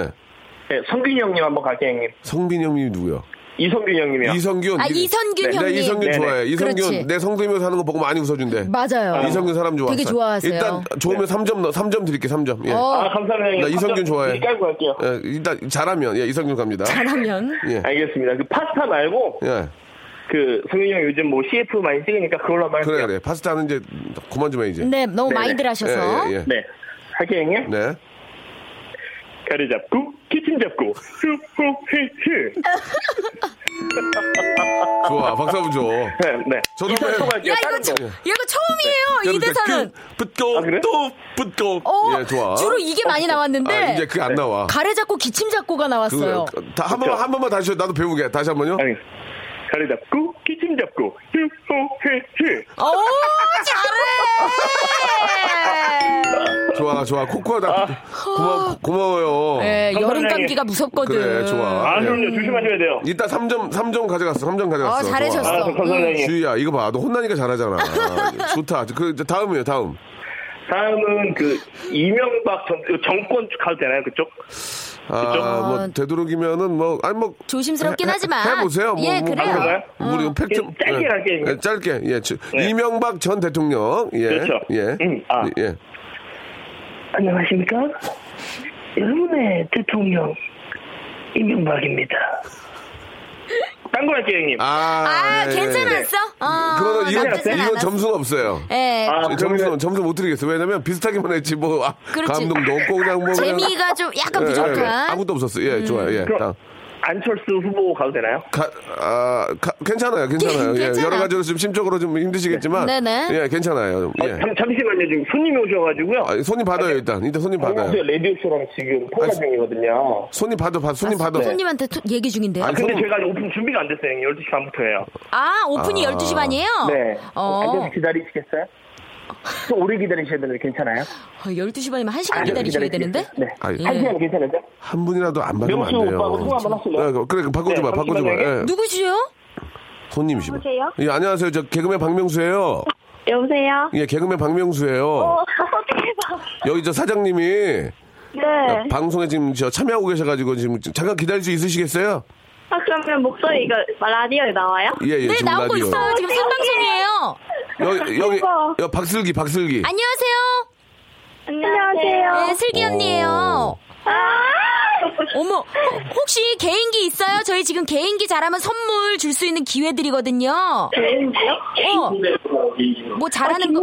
S8: 네, 성균이 형님 한번 갈게요, 형님.
S2: 성빈 형님이 누구요?
S8: 이성균 형님이요.
S2: 이성균.
S4: 아, 이선균
S8: 네,
S4: 형님.
S2: 네, 이성균
S8: 네네.
S2: 좋아해. 이성균
S4: 그렇지.
S2: 내 성대모사 하는 거 보고 많이 웃어준대.
S4: 맞아요.
S2: 아, 이성균 사람 좋아.
S4: 되게 좋아하세요.
S2: 일단 좋으면 3점 넣어. 3점 드릴게. 3점. 예.
S4: 어,
S8: 아, 감사합니다. 형님.
S2: 나 이성균
S8: 네. 삼점
S2: 좋아해.
S8: 미리 깔고 갈게요.
S2: 예, 일단 잘하면 예, 이성균 갑니다.
S4: 잘하면.
S2: 예.
S8: 알겠습니다. 그 파스타 말고
S2: 예.
S8: 그 성균 형 요즘 뭐 CF 많이 찍으니까 그걸로 한번 할게요.
S2: 그래 그래. 파스타는 이제 그만 좀 해 이제.
S4: 네, 너무
S8: 네네.
S4: 많이들 하셔서.
S2: 예, 예, 예.
S8: 네. 할게요, 형님.
S2: 네.
S8: 가리 잡고 키친 잡고 휴후히히.
S2: 좋아. 박수 한번 줘.
S8: 네, 네.
S2: 저도
S8: 이사
S2: 한번
S8: 또 갈게요.
S4: 야, 이거,
S8: 다른
S4: 처,
S2: 예.
S8: 거.
S4: 이거 처음이에요, 이 대사는.
S2: 붙고
S8: 아, 그래?
S2: 또 붙고.
S4: 어,
S2: 그- 예, 좋아.
S4: 주로 이게 많이 나왔는데.
S2: 아, 이제 그게 안 나와. 그,
S4: 가래 잡고 기침 잡고가 나왔어요.
S2: 다한 번만 한 번만 다시 해. 나도 배우게. 다시 한 번요.
S8: 아니. 가리 잡고 키친 잡고 휴후히히.
S4: 어, 잘해!
S2: 좋아 좋아. 코코아 나 고마 고마워요.
S4: 네, 여름
S8: 감사합니다,
S4: 감기가 무섭거든.
S2: 어, 그래, 좋아.
S8: 아,
S2: 예.
S8: 그럼요. 조심하셔야 돼요.
S2: 이따 3점 3점 가져갔어. 3점 가져갔어.
S4: 어,
S2: 좋아.
S4: 잘해줬어.
S8: 알아서 감사합니다,
S4: 응.
S8: 형님.
S2: 주희야 이거 봐. 너 혼나니까 잘하잖아. 좋다. 그 이제 다음이에요. 다음.
S8: 다음은 그 이명박 정, 정권 가도 되나요 그쪽? 그쵸?
S2: 아, 뭐 되도록이면은 뭐 아니 뭐
S4: 조심스럽긴
S2: 해-
S4: 하지만.
S2: 해 보세요. 뭐,
S4: 예,
S2: 뭐,
S4: 그래요.
S8: 그런가요?
S2: 우리 이거 팩트
S8: 짧게
S2: 예,
S8: 갈게요,
S2: 예, 짧게. 예. 저-
S8: 네.
S2: 이명박 전 대통령. 예.
S8: 그렇죠.
S2: 예.
S8: 음, 아.
S2: 예.
S8: 안녕하십니까? 여러분의 대통령 이명박입니다. 딴 거 할게요 형님.
S2: 아,
S4: 아,
S2: 네.
S4: 괜찮았어? 어,
S2: 그거는 이건,
S4: 나쁘진
S2: 이건
S4: 않았어.
S2: 점수는 없어요.
S4: 예.
S8: 아,
S2: 저- 점수 점수 못 드리겠어. 왜냐면 비슷하게만 했지 뭐 아,
S4: 그렇지.
S2: 감동도 없고 그냥 뭐 그냥-
S4: 재미가 좀 약간
S2: 예,
S4: 부족한.
S2: 예, 아무것도 없었어. 예, 좋아요. 예.
S8: 그럼
S2: 다음.
S8: 안철수 후보 가도 되나요?
S2: 가, 아, 가- 괜찮아요, 괜찮아요. 예,
S4: 괜찮아.
S2: 여러 가지로 지금 심적으로 좀 힘드시겠지만,
S4: 네네.
S2: 예, 괜찮아요.
S8: 아,
S2: 예.
S8: 잠, 잠시만요 지금 손님이 오셔가지고요.
S2: 아, 손님
S8: 네.
S2: 받아요 일단. 일단 손님 받아요.
S8: 안녕하세요 레디오쇼랑 지금 통화
S2: 아,
S8: 중이거든요.
S2: 손님 받아, 받, 손님 받아.
S4: 손님한테 토- 얘기 중인데요.
S2: 아니,
S8: 근데
S2: 손님-
S8: 제가 아직 오픈 준비가 안 됐어요 형님. 12시 반부터예요.
S4: 아, 오픈이
S2: 아.
S4: 12시 반이에요?
S8: 네.
S4: 어.
S8: 앉아서 기다리시겠어요? 좀 오래 기다리셔야 되는데 괜찮아요?
S4: 아, 12시 반이면 1시간
S8: 앉아서
S4: 기다리셔야 되는데?
S8: 기다리시겠어요? 네.
S2: 아니,
S8: 한 시간 괜찮으세요?
S2: 한 분이라도 안 받으면 안
S8: 명수 오빠하고
S2: 돼요.
S8: 통화 한번 하실래요?
S2: 예, 그래, 그럼 바꿔줘봐,
S8: 네,
S2: 바꿔줘봐.
S8: 잠시만요.
S2: 예.
S4: 누구시요?
S2: 손님이시고.
S3: 여보세요?
S2: 예, 안녕하세요. 저 개그맨 박명수예요.
S3: 여보세요?
S2: 예, 개그맨 박명수예요.
S3: 어, 대박.
S2: 여기 저 사장님이
S3: 네.
S2: 방송에 지금 저 참여하고 계셔가지고 지금 잠깐 기다릴 수 있으시겠어요?
S3: 아, 그러면 목소리 이거 라디오에 나와요?
S2: 예, 예,
S4: 네,
S2: 지금
S4: 나오고
S2: 라디오.
S4: 있어요.
S8: 아,
S4: 네, 지금 생방송이에요.
S2: 여기, 여기,
S3: 예뻐.
S2: 여기 박슬기, 박슬기.
S4: 안녕하세요.
S3: 안녕하세요.
S4: 네, 슬기
S2: 오.
S4: 언니예요.
S3: 아!
S4: 어머, 어, 혹시 개인기 있어요? 저희 지금 개인기 잘하면 선물 줄 수 있는 기회들이거든요. 어,
S3: 네.
S8: 네.
S4: 뭐 잘하는 거.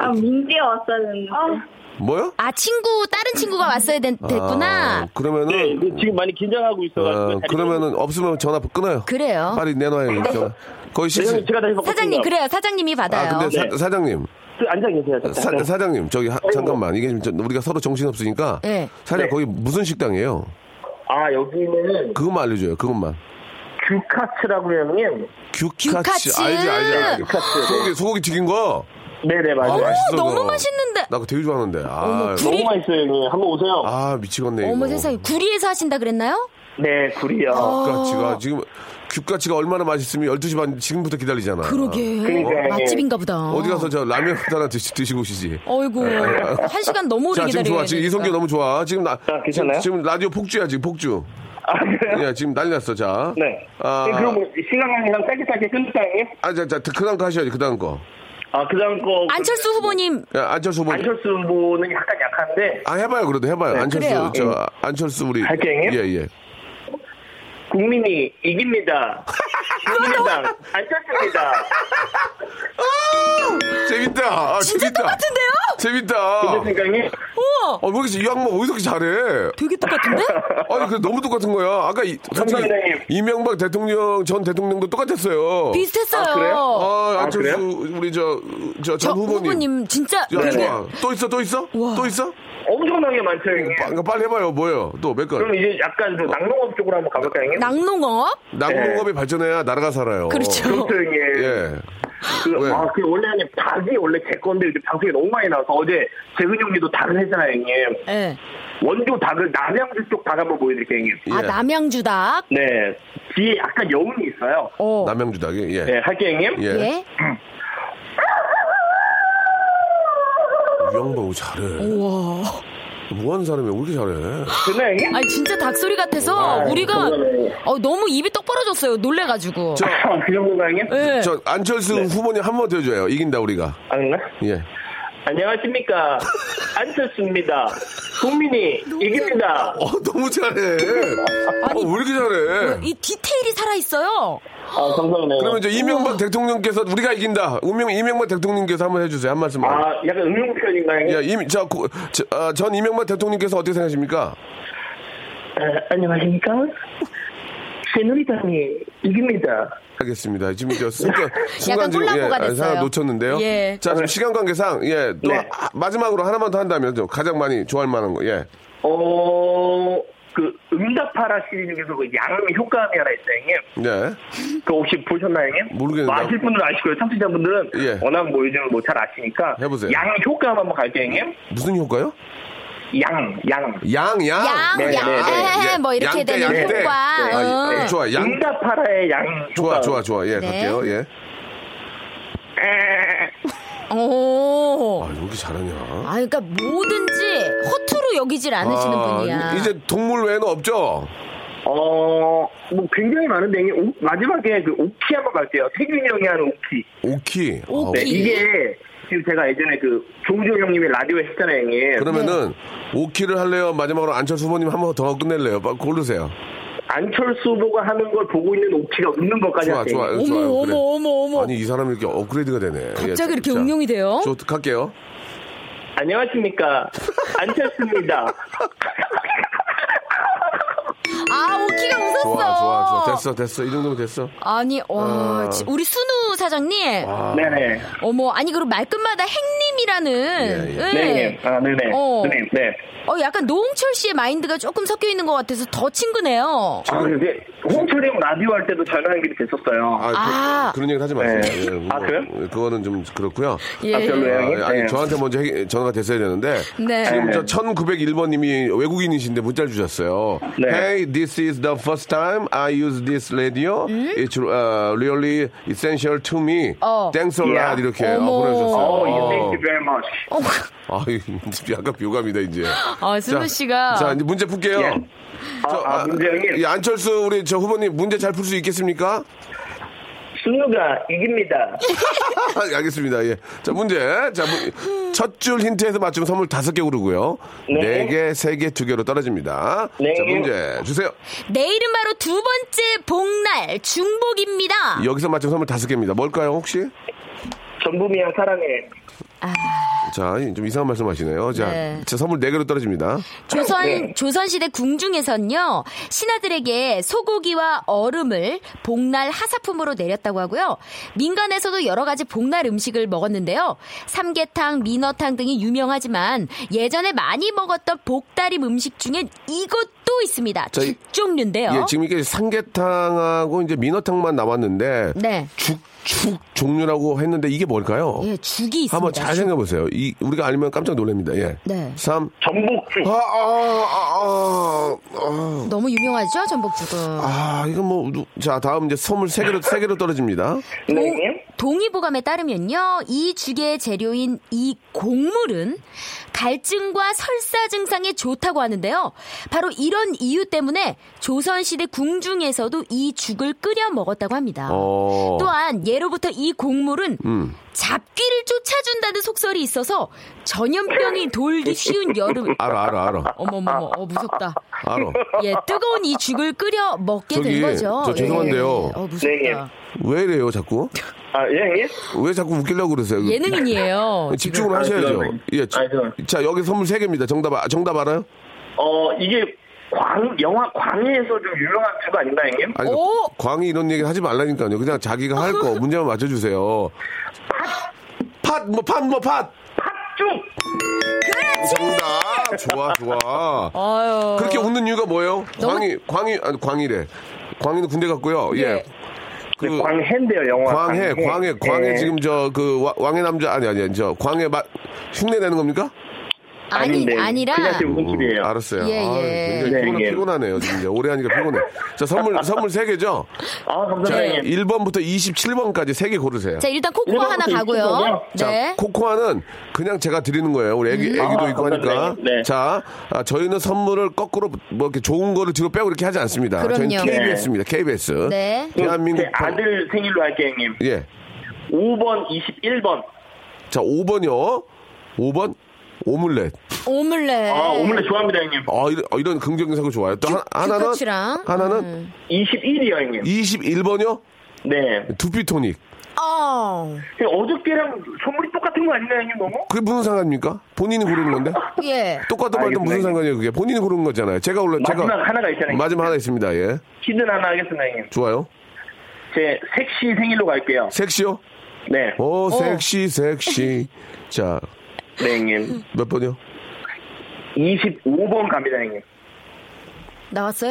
S3: 아, 민지가 왔었는데.
S2: 뭐요?
S4: 아, 친구, 다른 친구가 왔어야 된- 됐구나.
S2: 아, 그러면은
S8: 네, 근데 지금 많이 긴장하고 있어가지고.
S2: 어, 그러면은 없으면 전화 끊어요.
S4: 그래요.
S2: 빨리 내놔요. 전화. 거의 실수.
S8: 네, 제가 다시 바꿔
S4: 사장님, 그래요. 사장님이
S2: 아
S4: 받아요. 네.
S2: 근데 사,
S8: 네.
S2: 사장님,
S8: 앉아 계세요.
S2: 사,
S8: 잠깐.
S2: 사장님 저기 하- 잠깐만 이게 지금 저- 우리가 서로 정신 없으니까
S4: 네.
S2: 사장
S8: 네.
S2: 거기 무슨 식당이에요?
S8: 아 여기는
S2: 그것만 알려줘요. 그것만.
S8: 규카츠라고 해요, 형님.
S2: 규카츠. 아,
S4: 규카츠.
S2: 알지 알지 알지.
S8: 규카츠.
S2: 소고기 소고기 튀긴 거.
S8: 네네
S2: 아,
S8: 맞아요.
S2: 맛있어.
S4: 너무
S2: 그거.
S4: 맛있는데.
S2: 나 그거 되게 좋아하는데. 아,
S4: 어머, 구-
S8: 너무 맛있어요, 형님. 한번 오세요.
S2: 아 미치겠네.
S4: 어머
S2: 이거.
S4: 세상에 아. 구리에서 하신다 그랬나요?
S8: 네, 구리요.
S2: 규카츠가 지금 규카츠가 얼마나 맛있으면 12시 반 지금부터 기다리잖아.
S4: 그러게
S8: 그러니까요.
S4: 맛집인가 보다.
S2: 어, 어디 가서 저 라면 하나 드시, 드시고 오시지.
S4: 어이구 한 시간 너무 오래
S2: 자, 지금
S4: 기다려야
S2: 좋아. 지금 이성규
S4: 되니까.
S2: 너무 좋아. 지금 나
S8: 아,
S2: 지금,
S8: 괜찮아요?
S2: 지금 라디오 폭주야 지금 폭주.
S8: 아, 그래요?
S2: 예, 지금 난리 났어. 자.
S8: 네.
S2: 아,
S8: 네, 그럼 시간이랑 짧게 짧게 끊을까요, 형님?
S2: 아, 자, 자, 그 다음 거 하셔야지. 그 다음 거.
S8: 아, 그 다음 거. 그-
S4: 안철수 후보님
S2: 야, 안철수 후보.
S8: 안철수 네, 후보는 약간 약한데,
S2: 아, 해봐요. 그래도 해봐요. 안철수
S4: 그래요.
S8: 예.
S2: 저 안철수 우리.
S8: 할게요, 형님?
S2: 예, 예.
S8: 국민이 이깁니다. 국민당 안철수입니다.
S2: 재밌다. 아,
S4: 진짜
S2: 재밌다.
S4: 똑같은데요?
S2: 재밌다.
S8: 그러니까 형님,
S4: 우와
S2: 어, 왜 이렇게 이 양반 어디서 이렇게 잘해?
S4: 되게 똑같은데?
S2: 아니, 그 너무 똑같은 거야. 아까 이, 솔직히
S8: 감사합니다, 형님.
S2: 이명박 대통령 전 대통령도 똑같았어요.
S4: 비슷했어요.
S8: 아, 그래요?
S2: 아,
S8: 아,
S2: 안철수
S8: 그래요?
S2: 우리 저 저
S4: 저
S2: 전 후보님.
S4: 후보님 진짜
S2: 야,
S4: 되게
S2: 좋아. 또 있어, 또 있어?
S4: 우와.
S2: 또 있어?
S8: 엄청나게 많죠, 형님.
S2: 빠- 그러니까 빨리 해봐요. 뭐예요? 또 몇 건?
S8: 그럼 이제 약간 저 낙농업 쪽으로 한번 가볼까요, 형님?
S4: 낙농업
S2: 어, 낙농업이 발전해야 나라가 살아요.
S4: 그렇죠.
S8: 그렇죠, 형님.
S2: 예. 왜?
S8: 그, 아, 그 원래 형님 닭이 원래 제 건데 이제 방송에 너무 많이 나와서 어제 재근 형님도 닭을 했잖아요, 형님.
S4: 예.
S8: 원조 닭을 남양주 쪽 닭 한번 보여드릴게요, 형님.
S4: 아
S2: 예.
S4: 남양주닭
S8: 네, 뒤에 약간 여운이 있어요.
S4: 어
S2: 남양주닭이 예.
S8: 네, 할게요, 형님.
S2: 예.
S4: 예.
S2: 유양보 잘해.
S4: 우와
S2: 뭐하는 사람이야? 왜 이렇게 잘해?
S8: 그날
S4: 아니 진짜 닭소리 같아서
S2: 예.
S4: 우리가 어, 너무 입이 똑 벌어졌어요. 놀래가지고.
S2: 저,
S8: 그 정도가 형님?
S4: 예.
S2: 저 안철수 후보님 한 번 더 해줘요. 이긴다 우리가.
S8: 아, 그런가?
S2: 예.
S8: 안녕하십니까. 안철수입니다. 국민이 이깁니다.
S2: 어 너무 잘해. 어, 왜 이렇게 잘해?
S4: 뭐, 이 디테일이 살아있어요.
S8: 아, 감사합니다.
S2: 그러면 이제 이명박 대통령께서 우리가 이긴다. 운명 이명박 대통령께서 한 번 해주세요. 한 말씀. 만
S8: 아, 네. 약간 응용 표현인가요? 형님?
S2: 예, 임, 저, 고- 저, 아, 전 이명박 대통령께서 어떻게 생각하십니까?
S8: 아, 안녕하십니까. 새누리당이 이깁니다.
S2: 하겠습니다. 지금 저 순간, 순간
S4: 약간
S2: 지금 예,
S4: 콜라보가
S2: 아,
S4: 됐어요.
S2: 상황 놓쳤는데요.
S4: 예.
S2: 자, 지금 시간 관계상 예, 또
S8: 네.
S2: 아, 마지막으로 하나만 더 한다면 좀 가장 많이 좋아할 만한 거. 예.
S8: 어, 그 응답하라 시리즈 중에서 그 양음의 효과음이 하나 있어요, 형님.
S2: 네.
S8: 그 혹시 보셨나요, 형님?
S2: 모르겠는데.
S8: 뭐 아실 분들은 아시고요. 청취자분들은
S2: 예.
S8: 워낙 뭐 요즘 뭐 잘 아시니까.
S2: 해보세요.
S8: 양 효과음 한번 갈게요, 형님.
S2: 무슨 효과요?
S8: 양, 양.
S2: 양, 양.
S4: 양,
S8: 네,
S4: 양,
S8: 네, 네,
S2: 예.
S4: 뭐 이렇게
S2: 양떼,
S4: 되는
S2: 양떼.
S4: 효과.
S8: 네.
S4: 어.
S2: 아, 예, 좋아. 양.
S8: 응답하라의 양.
S2: 좋아,
S8: 효과음.
S2: 좋아, 좋아. 예,
S4: 네.
S2: 갈게요. 예.
S4: 오. 어.
S2: 아, 왜 이렇게 잘하냐.
S4: 아, 그러니까 뭐든지 허투루 여기질 않으시는
S2: 아,
S4: 분이야.
S2: 이제 동물 외에는 없죠?
S8: 어, 뭐 굉장히 많은데, 형님. 오- 마지막에 그 오키 한번 갈게요. 태균이 형이 하는 오키.
S2: 오키. 아,
S8: 네,
S4: 오키.
S8: 이게 지금 제가 예전에 그 조우종 형님이 라디오에 했잖아요, 형님.
S2: 그러면은 오키를 할래요? 마지막으로 안철수 후보님 한 번 더 끝낼래요? 빨리 고르세요.
S8: 안철수 후보가 하는 걸 보고 있는 오키가 웃는 것까지
S2: 좋아,
S8: 할게요.
S2: 좋아,
S4: 어머,
S2: 좋아요.
S4: 어머,
S2: 그래.
S4: 어머, 어머.
S2: 아니 이 사람이 이렇게 업그레이드가 되네. 예,
S4: 갑자기 이렇게 응용이 돼요?
S2: 저 갈게요.
S8: 안녕하십니까. 안철수입니다.
S4: 아, 오키가 웃었어.
S2: 좋아, 좋아, 좋아. 됐어, 됐어. 이 정도면 됐어.
S4: 아니, 어, 지- 우리 순우 사장님.
S2: 아.
S8: 네네.
S4: 어머, 아니, 그리고 말끝마다
S2: 예,
S4: 행님이라는.
S2: 예.
S4: 예.
S8: 네, 형님. 아, 네네.
S4: 어.
S8: 네, 네.
S4: 어, 약간 노홍철 씨의 마인드가 조금 섞여 있는 것 같아서 더 친근해요.
S8: 아, 근데 홍철이 형 라디오 할 때도 전화 연결이 됐었어요.
S2: 아,
S4: 아.
S2: 그, 런 얘기 하지 마세요.
S8: 네.
S2: 예,
S8: 아, 그래요?
S2: 예, 그거는 좀 그렇고요.
S4: 예.
S8: 아, 별로예요,
S2: 아,
S8: 형님?
S2: 아니
S8: 네.
S2: 저한테 먼저 해- 전화가 됐어야 되는데
S4: 네.
S2: 지금 저 1901번님이 외국인이신데 문자를 주셨어요.
S8: 네.
S2: Hey, this is the first time I use this radio.
S8: 음?
S2: It's uh, really essential to me.
S4: 어.
S2: Thanks a lot
S8: Yeah.
S2: 이렇게 아,
S4: 어머.
S2: 보내주셨어요.
S8: 어, you thank you very much.
S4: 어,
S2: 아, 약간 묘감이다 이제.
S4: 아, 순우 씨가.
S2: 자 이제 문제 풀게요.
S8: 예. 아,
S2: 저,
S8: 아, 문제 형님.
S2: 이 안철수 우리 저 후보님 문제 잘 풀 수 있겠습니까?
S8: 순우가 이깁니다.
S2: 알겠습니다. 예. 자 문제. 자첫 줄 힌트에서 맞추면 선물 다섯 개 고르고요.
S8: 네.
S2: 네 개, 세 개, 두 개로 떨어집니다.
S8: 네.
S2: 자 문제 주세요.
S4: 내일은 바로 두 번째 복날, 중복입니다.
S2: 여기서 맞추면 선물 다섯 개입니다. 뭘까요 혹시?
S8: 전부미야 사랑해.
S2: 자 좀 이상한 말씀하시네요. 자,
S4: 네.
S2: 자, 선물 네 개로 떨어집니다.
S4: 조선
S8: 네.
S4: 조선시대 궁중에선요 신하들에게 소고기와 얼음을 복날 하사품으로 내렸다고 하고요 민간에서도 여러 가지 복날 음식을 먹었는데요 삼계탕, 민어탕 등이 유명하지만 예전에 많이 먹었던 복다림 음식 중엔 이것도 있습니다
S2: 자, 이-
S4: 죽 종류인데요
S2: 예, 지금 이게 삼계탕하고 이제 민어탕만 남았는데
S4: 네.
S2: 죽죽 종류라고 했는데 이게 뭘까요?
S4: 예, 죽이 있습니다
S2: 한번 잘
S4: 죽.
S2: 생각해 보세요. 이 우리가 알면 깜짝 놀랍니다. 예.
S4: 네.
S2: 3
S8: 전복죽.
S2: 아, 아, 아, 아,
S4: 너무 유명하죠 전복죽은
S2: 아, 아, 이거 뭐, 누- 자, 다음 이제 선물 세개로세개로 떨어집니다.
S8: 네, 형님.
S4: 동의보감에 따르면요, 이 죽의 재료인 이 곡물은 갈증과 설사 증상에 좋다고 하는데요. 바로 이런 이유 때문에 조선시대 궁중에서도 이 죽을 끓여 먹었다고 합니다.
S2: 어. 음.
S4: 또한 아- 예로부터 이 곡물은 잡귀를 쫓아준다는 속설이 있어서 전염병이 돌기 쉬운 여름.
S2: 알아, 알아, 알아.
S4: 어머머머, 어, 무섭다.
S2: 알아.
S4: 예, 뜨거운 이 죽을 끓여 먹게
S2: 저기,
S4: 된 거죠.
S2: 저 죄송한데요.
S4: 예, 어,
S8: 네, 예.
S4: 무섭다.
S2: 왜 이래요, 자꾸?
S8: 아, 예, 형님?
S2: 왜 자꾸 웃기려고 그러세요? 음.
S4: 예능인이에요. 지금.
S2: 집중을 하셔야죠.
S8: 아니,
S2: 예.
S8: 아니, 그럼.
S2: 자, 여기 선물 세개입니다 정답, 아- 정답 알아요?
S8: 어, 이게 광, 영화 광해에서 좀 유명한 죽 아닌가, 형님?
S2: 아니, 그
S4: 오!
S2: 광희 이런 얘기 하지 말라니까요. 그냥 자기가 할 거 문제만 맞춰주세요. 팥, 뭐, 팥, 뭐, 팥!
S8: 팥죽!
S2: 정답! 좋아, 좋아.
S4: 아유.
S2: 그렇게 웃는 이유가 뭐예요? 광희, 광희, 아니, 광희래. 광희는 군대 갔고요. 예.
S4: 예.
S2: 그,
S8: 광해인데요, 영화.
S2: 광해, 광해, 광해
S8: 예.
S2: 지금 저, 그, 와- 왕의 남자, 아니, 아니, 아니, 저, 광해 맛, 흉내 내는 겁니까?
S4: 아니,
S8: 아닌데
S4: 아니라?
S8: 그냥 제 웃음소리예요.
S2: 알았어요.
S4: 예,
S2: 아,
S4: 예.
S2: 굉장히
S8: 네,
S2: 피곤하,
S8: 예.
S2: 피곤하네요. 진짜. 오래 하니까 피곤해. 자, 선물, 선물 세개죠
S8: 아 감사합니다.
S4: 자,
S8: 형님.
S2: 1번부터 27번까지 세 개 고르세요.
S4: 네. 자, 일단 코코아 하나
S8: 일본부터
S4: 가고요.
S8: 이쪽으로요?
S2: 자,
S4: 네. 음.
S2: 코코아는 그냥 제가 드리는 거예요. 우리 애기, 애기도
S8: 아,
S2: 있고 하니까.
S8: 감사합니다. 네.
S2: 자, 아, 저희는 선물을 거꾸로 뭐 이렇게 좋은 거를 뒤로 빼고 이렇게 하지 않습니다.
S4: 그럼요.
S2: 저희는 KBS입니다. KBS.
S4: 네.
S8: 그
S2: 대한민국.
S8: 제 아들 생일로 할게요, 형님.
S2: 예.
S8: 5번, 21번.
S2: 자, 5번이요. 5번. 오믈렛.
S4: 오믈렛.
S8: 아, 오믈렛 좋아합니다, 형님.
S2: 아, 이런, 어, 이런 긍정적인 사고 좋아요. 또 하나, 하나는.
S4: 주카치랑. 음.
S2: 하나는
S8: 21이요, 형님.
S2: 21번이요.
S8: 네.
S2: 두피토닉.
S4: 어.
S8: 근데 어저께랑 선물이 똑같은 거 아닌가요, 형님, 너무?
S2: 그게 무슨 상관입니까? 본인이 고르는 건데?
S4: 예.
S2: 똑같은 말도 무슨
S8: 알겠습니다.
S2: 상관이에요, 그게? 본인이 고른 거잖아요. 제가 올라, 제가.
S8: 마지막 하나가 있잖아요.
S2: 마지막 하나 있습니다, 예.
S8: 키든 하나 하겠습니다, 형님.
S2: 좋아요.
S8: 제 섹시 생일로 갈게요.
S2: 섹시요?
S8: 네.
S2: 오, 섹시, 섹시. 자,
S8: 네, 형님.
S2: 몇 번이요?
S8: 25번 갑니다, 형님.
S4: 나왔어요?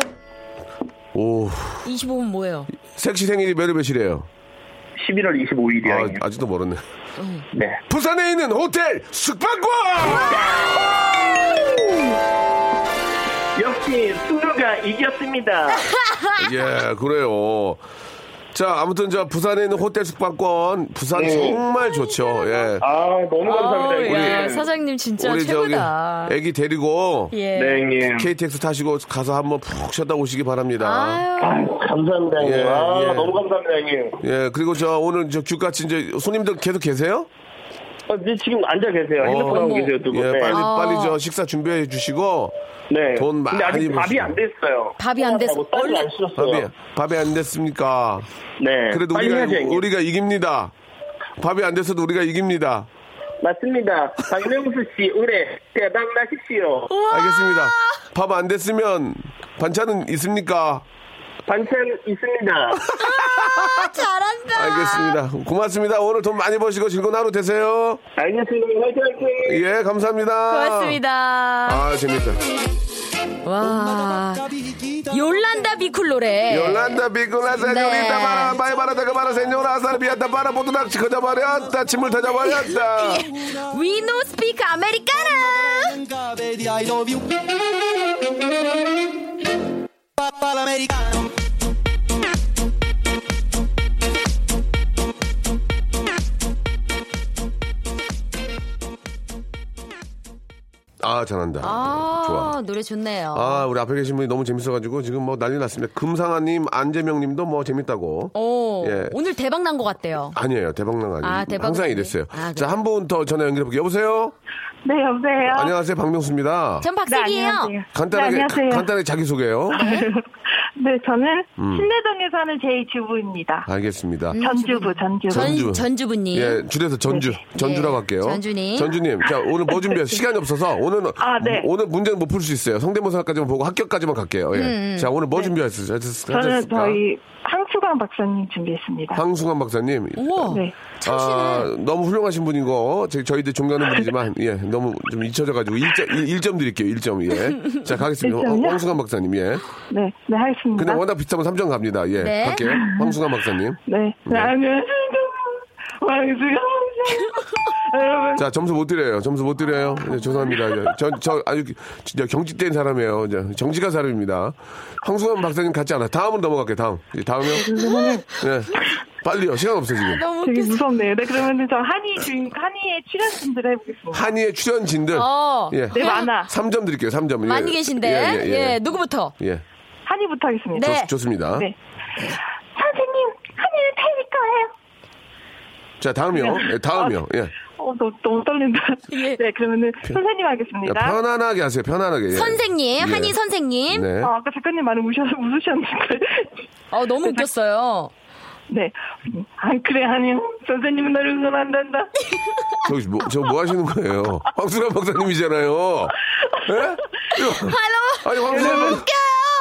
S2: 오,
S4: 25분 뭐예요?
S2: 섹시 생일이 몇 몇이래요?
S8: 11월 25일이요,
S2: 아,
S8: 형님.
S2: 아직도 모르네.
S8: 네.
S2: 부산에 있는 호텔 숙박권!
S8: 역시 승우가 이겼습니다.
S2: 예, 그래요. 자, 아무튼 저 부산에 있는 호텔 숙박권, 부산
S8: 네.
S2: 정말 좋죠. 예.
S8: 아, 너무
S4: 아우,
S8: 감사합니다,
S4: 어, 야,
S8: 형님.
S4: 사장님 진짜
S2: 우리 저기
S4: 최고다.
S2: 애기 데리고
S4: 예.
S8: 네, 형님.
S2: KTX 타시고 가서 한번 푹 쉬었다 오시기 바랍니다.
S4: 아유.
S8: 아유, 감사합니다, 형님.
S2: 예,
S8: 아,
S2: 예.
S8: 너무 감사합니다, 형님.
S2: 예, 그리고 저 오늘 저 규같이 이제 손님들 계속 계세요?
S8: 아, 이제 지금 앉아 계세요. 핸드폰 하고
S2: 어머.
S8: 계세요, 두 분.
S2: 예,
S8: 네.
S2: 빨리
S4: 아.
S2: 빨리 저 식사 준비해 주시고
S8: 네.
S2: 돈
S8: 근데 아직
S2: 많이
S8: 밥이
S2: 벌시고.
S8: 안 됐어요. 뭐,
S4: 밥이 안 됐어.
S8: 빨리
S4: 얼른-
S8: 안 실었어요.
S2: 밥이 밥이 안 됐습니까?
S8: 네.
S2: 그래도
S8: 빨리
S2: 우리가
S8: 해야죠, 형님.
S2: 우리가 이깁니다. 밥이 안 됐어도 우리가 이깁니다.
S8: 맞습니다. 박명수 씨 올해 대박 나십시오.
S2: 알겠습니다. 밥 안 됐으면 반찬은 있습니까?
S8: 반찬 있습니다.
S4: 아, 잘한다.
S2: 알겠습니다. 고맙습니다. 오늘 돈 많이 버시고 즐거운 하루 되세요.
S8: 알겠습니다. 화이팅 화이팅.
S2: 예, 감사합니다.
S4: 고맙습니다.
S2: 아, 재밌다.
S4: 와. 요란다 비쿨 노래.
S2: 열란다 비글라
S4: 네.
S2: 세뇨리다 바라 바이 바라다가 바라 세뇨라 사르비아다 바라 보드닥 지커져버렸다 침을 터져버렸다
S4: 위노 스피크 아메리카노.
S2: 아 잘한다
S4: 아,
S2: 좋아
S4: 노래 좋네요.
S2: 아 우리 앞에 계신 분이 너무 재밌어가지고 지금 뭐 난리 났습니다 금상아님 안재명님도 뭐 재밌다고
S4: 오,
S2: 예.
S4: 오늘 대박 난 것 같대요.
S2: 아니에요 대박난 거 아니에요
S4: 어. 아, 대박난
S2: 항상
S4: 거
S2: 이랬어요
S4: 아니에요? 아,
S2: 자 한 분 더 전화 연결해 볼게요 여보세요
S3: 네, 여보세요.
S2: 안녕하세요 박명수입니다
S4: 전
S9: 네,
S4: 박색이에요.
S9: 안녕하세요.
S2: 간단하게
S9: 어? 네, 안녕하세요.
S2: 간단하게 음. 자기소개요
S9: 네, 저는 신내동에 사는 제이주부입니다.
S2: 알겠습니다
S9: 전주부, 전주부.
S2: 전주.
S4: 전, 전주부님.
S2: 예, 줄여서 전주, 전주라고
S4: 예,
S2: 할게요.
S4: 전주님.
S2: 전주님, 자 오늘 뭐 준비해? 시간이 없어서 오늘
S9: 아, 네.
S2: 오늘 문제는 못 풀 수 있어요. 성대모사까지만 보고 합격까지만 갈게요.
S4: 음,
S2: 예. 자 오늘 뭐 준비하셨을까?
S9: 네. 저는 저희 항수광 박사님 준비했습니다.
S2: 황승환 박사님.
S4: 우와.
S9: 네.
S2: 아, 너무 훌륭하신 분인 거, 저희, 저희들 존경하는 분이지만, 예, 너무 좀 잊혀져가지고, 1점, 점 드릴게요, 1점, 예. 자, 가겠습니다.
S9: 일 점이요?
S2: 황- 황승환 박사님, 예.
S9: 네, 네, 하겠습니다.
S2: 근데 워낙 비슷하면 3점 갑니다, 예.
S4: 네.
S2: 갈게요. 황승환 박사님.
S9: 네, 나는 황수광 박사님. 여러분,
S2: 자, 점수 못 드려요. 점수 못 드려요. 예, 죄송합니다. 예, 저, 저 아주 진짜 경직된 사람이에요. 이제 정직한 사람입니다. 황수환 박사님 같지 않아. 다음은 넘어갈게요. 다음. 예, 다음이요. 네. 빨리요. 시간 없어 지금.
S4: 너무
S9: 되게
S4: 웃겼어.
S9: 무섭네요. 네, 그러면 저 한의 주인, 한의의 출연진들 해보겠습니다.
S2: 한의의 출연진들.
S4: 어.
S2: 예.
S9: 네, 많아.
S2: 3점 드릴게요. 3점.
S4: 많이 계신데. 예, 누구부터?
S2: 예.
S9: 한의부터 하겠습니다.
S4: 네.
S2: 좋- 좋습니다.
S9: 네. 선생님, 한의를 태울 거예요.
S2: 자, 다음이요.
S9: 네.
S2: 예, 다음이요. 예.
S9: 어, 너, 너무 떨린다.
S4: 예.
S9: 네, 그러면은 선생님
S2: 야,
S9: 하겠습니다.
S2: 편안하게 하세요. 편안하게. 예.
S4: 선생님,
S2: 예.
S4: 한희 선생님.
S2: 네.
S9: 아, 아까 작가님 많이 우셔, 웃으셨는데.
S4: 어, 너무 웃겼어요.
S9: 네. 아, 그래, 아니, 선생님은 나를 응원한단다.
S2: 저기 뭐, 저 뭐 하시는 거예요? 황수란 박사님이잖아요. 예? 이거- 아니, 황수란 박사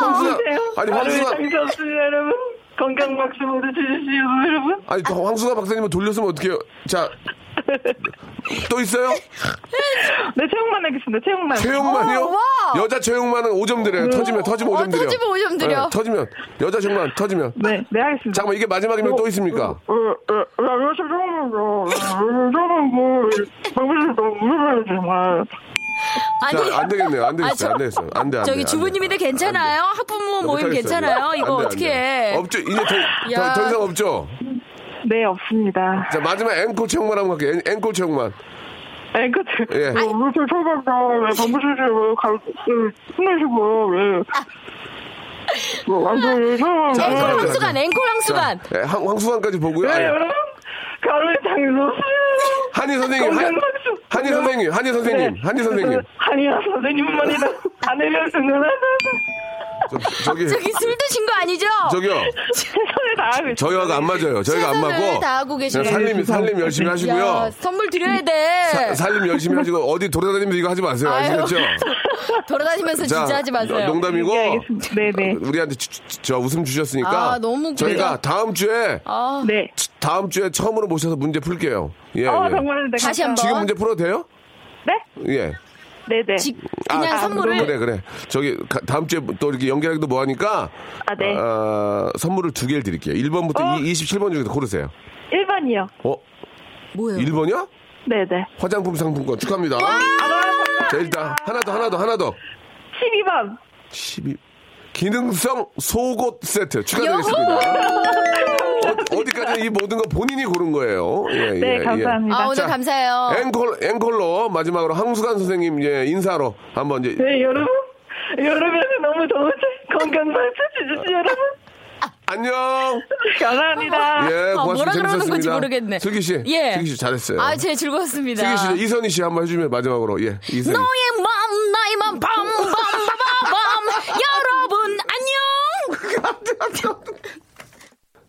S2: 황수야.
S9: 보세요.
S2: 아니,
S9: 하루에
S2: 황수가-
S9: 장수 없으면 여러분. 건강 박수 모두 주십시오, 여러분.
S2: 아니 또 황수가 박사님을 돌렸으면 어떡해요? 자. 또 있어요?
S9: 네, 체육만 하겠습니다, 체육만.
S2: 최영만이요?
S4: 어, 와.
S2: 여자 최영만은 5점 드려요. 터지면 터지면
S4: 어,
S2: 5점 드려.
S4: 터지면 오점 드려.
S2: 터지면 여자 최영만 터지면.
S9: 네, 네, 하겠습니다.
S2: 잠깐만 이게 마지막이면 또 있습니까?
S9: 어, 어, 나 음, 요새 뭐, 너무, 너무, 너무, 너무, 너무, 너무, 정말.
S2: 자, 안 되겠네요. 안
S4: 아,
S2: 되겠어요.
S4: 저-
S2: 안 되겠어요. 안 돼. 안 돼, 안
S4: 저기
S2: 돼.
S4: 주부님인데 괜찮아요? 학부모 모임
S2: 못하겠어요.
S4: 괜찮아요?
S2: 안
S4: 이거
S2: 돼, 안
S4: 어떻게
S2: 돼.
S4: 해?
S2: 없죠. 이제 더, 더,
S4: 야.
S2: 더 이상 없죠.
S9: 네, 없습니다.
S2: 자 마지막 앵콜 채용만 한번 갈게요. 앵- 앵콜 채용만.
S9: 아니, 그,
S2: 예.
S9: 뭐, 물질 소방가, 왜, 방부실에, 왜, 가, 왜, 혼내시고, 왜. 뭐, 완전,
S4: 아.
S9: 왜, 상황.
S2: 자,
S4: 앵콜
S2: 자, 자,
S4: 황수관,
S2: 자.
S4: 앵콜 황수관.
S2: 자, 예, 황, 황수관까지
S9: 네,
S2: 보고요. 아니,
S4: 예.
S9: 가을의 장소.
S2: 한희 선생님, 한, 한희 선생님, 한희 선생님, 한희 선생님.
S9: 네. 한의사 선생님만이다. 아내면 응원하다.
S2: 저, 저기,
S4: 아, 저기 술 드신 거 아니죠?
S2: 저기요.
S9: 최선을 다하고 있어.
S2: 저희하고 안 맞아요. 저희가 안
S4: 최선을
S2: 맞고.
S4: 다하고 계시네요.
S2: 그냥 살림, 살림 열심히
S4: 야,
S2: 하시고요.
S4: 선물 드려야 돼.
S2: 사- 아, 살림 열심히 하시고 어디 돌아다니면서 이거 하지 마세요.
S4: 네. 아유.
S2: 아시겠죠? 어,
S4: 돌아다니면서 진짜 하지 마세요.
S2: 농담이고
S9: 네, 알겠습니다. 네, 네.
S2: 우리한테 주- 주- 저 웃음 주셨으니까
S4: 아, 너무
S2: 저희가
S4: 그래요.
S2: 다음 주에
S4: 아,
S9: 네.
S2: 다음 주에 처음으로 모셔서 문제 풀게요. 예.
S9: 어,
S2: 예.
S9: 정말 내가.
S4: 다시 한 번.
S2: 지금 문제 풀어도 돼요?
S9: 네?
S2: 예.
S9: 네네.
S4: 지- 그냥
S2: 아,
S4: 선물을
S2: 그래 그래. 저기 가- 다음 주에 또 이렇게 연결하기도 뭐 하니까
S9: 아, 네.
S2: 어, 선물을 두 개를 드릴게요. 1번부터
S9: 어?
S2: 27번 중에서 고르세요.
S9: 1번이요.
S2: 어?
S4: 음. 뭐예요?
S2: 1번이요?
S9: 네네.
S2: 화장품 상품권 축하합니다. 자, 일단 하나 더 하나 더 하나 더.
S9: 12번.
S2: 12 기능성 속옷 세트 축하드리겠습니다. 어, 디까지이 모든 거 본인이 고른 거예요. 예, 예,
S9: 네,
S2: 예.
S9: 감사합니다.
S4: 아, 오늘
S2: 자, 예?
S4: 감사해요.
S2: 앵콜 앵콜로 마지막으로 항수관 선생님 예, 인사로 한번 이제
S9: 네, 여러분. 여름에는 너무 더운데 건강 살펴주십시오, 여러분.
S2: 안녕.
S9: 감사합니다.
S2: 예,
S4: 아,
S2: 고맙습니다.
S4: 뭐라 그러는
S2: 재밌었습니다.
S4: 건지 모르겠네.
S2: 슬기 씨,
S4: 예.
S2: 슬기 씨 잘했어요.
S4: 아, 제 즐거웠습니다.
S2: 슬기 씨, 이선희 씨 한번 해주면 마지막으로 예, 이선희.
S4: 너의 맘, 나의 맘, 밤, 밤, 밤, 밤. 여러분, 안녕!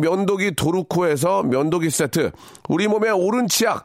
S2: 면도기 도루코에서 면도기 세트, 우리 몸의 오른 치약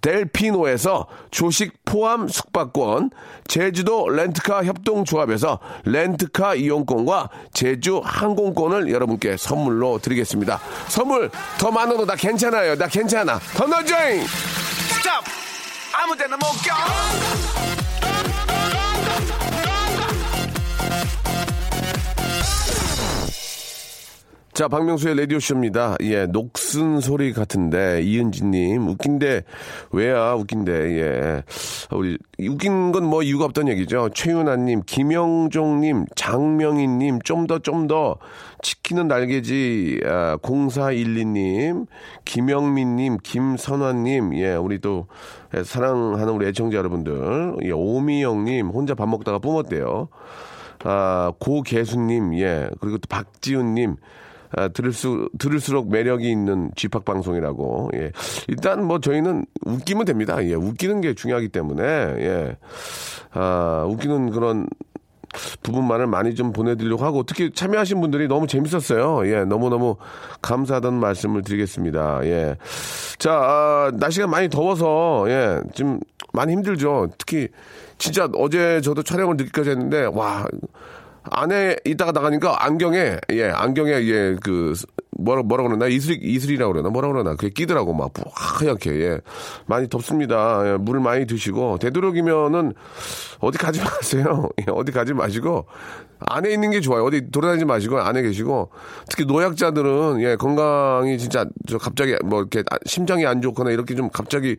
S2: 델피노에서 조식 포함 숙박권, 제주도 렌트카 협동조합에서 렌트카 이용권과 제주 항공권을 여러분께 선물로 드리겠습니다. 선물 더 많아도 나 괜찮아요. 나 괜찮아. 더 넣어줘잉!
S1: 스탑! 아무 데나 못 껴!
S2: 자, 박명수의 라디오쇼입니다. 예, 녹슨 소리 같은데, 이은지님, 웃긴데, 왜야, 웃긴데, 예. 우리, 웃긴 건 뭐 이유가 없던 얘기죠. 최윤아님, 김영종님, 장명희님, 좀 더, 좀 더, 지키는 날개지, 아, 0412님, 김영민님, 김선화님, 예, 우리 또, 예, 사랑하는 우리 애청자 여러분들, 예, 오미영님, 혼자 밥 먹다가 뿜었대요. 아, 고계수님, 예, 그리고 또 박지훈님, 아, 들을수, 들을수록 매력이 있는 집합 방송이라고, 예. 일단 뭐 저희는 웃기면 됩니다. 예, 웃기는 게 중요하기 때문에, 예. 아, 웃기는 그런 부분만을 많이 좀 보내드리려고 하고 특히 참여하신 분들이 너무 재밌었어요. 예, 너무너무 감사하다는 말씀을 드리겠습니다. 예. 자, 아, 날씨가 많이 더워서 예, 지금 많이 힘들죠. 특히 진짜 어제 저도 촬영을 늦게까지 했는데 와 안에 있다가 나가니까 안경에 예 안경에 예 그 뭐라 뭐라 그러나 이슬 이슬이라고 그러나 뭐라 그러나 그게 끼더라고 막 하얗게 예 많이 덥습니다 예, 물 많이 드시고 되도록이면은 어디 가지 마세요 예, 어디 가지 마시고 안에 있는 게 좋아요 어디 돌아다니지 마시고 안에 계시고 특히 노약자들은 예 건강이 진짜 저 갑자기 뭐 이렇게 아- 심장이 안 좋거나 이렇게 좀 갑자기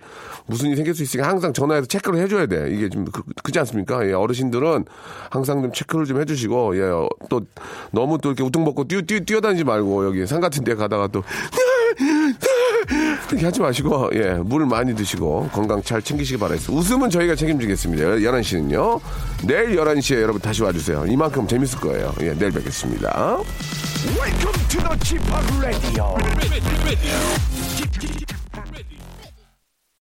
S2: 무슨 일이 생길 수 있으니까 항상 전화해서 체크를 해줘야 돼 이게 좀 그, 그지 않습니까 예 어르신들은 항상 좀 체크를 좀 해주시고 예 또 너무 또 이렇게 우뚱 벗고 뛰어 뛰어 뛰어다니지 말고 여기 산 같은 데 가다가 또 네! 그렇게 하지 마시고 예, 물 많이 드시고 건강 잘 챙기시기 바라겠습니다. 웃음은 저희가 책임지겠습니다. 11시는요. 내일 11시에 여러분 다시 와주세요. 이만큼 재밌을 거예요. 예, 내일 뵙겠습니다.
S1: Welcome to the Chip Radio.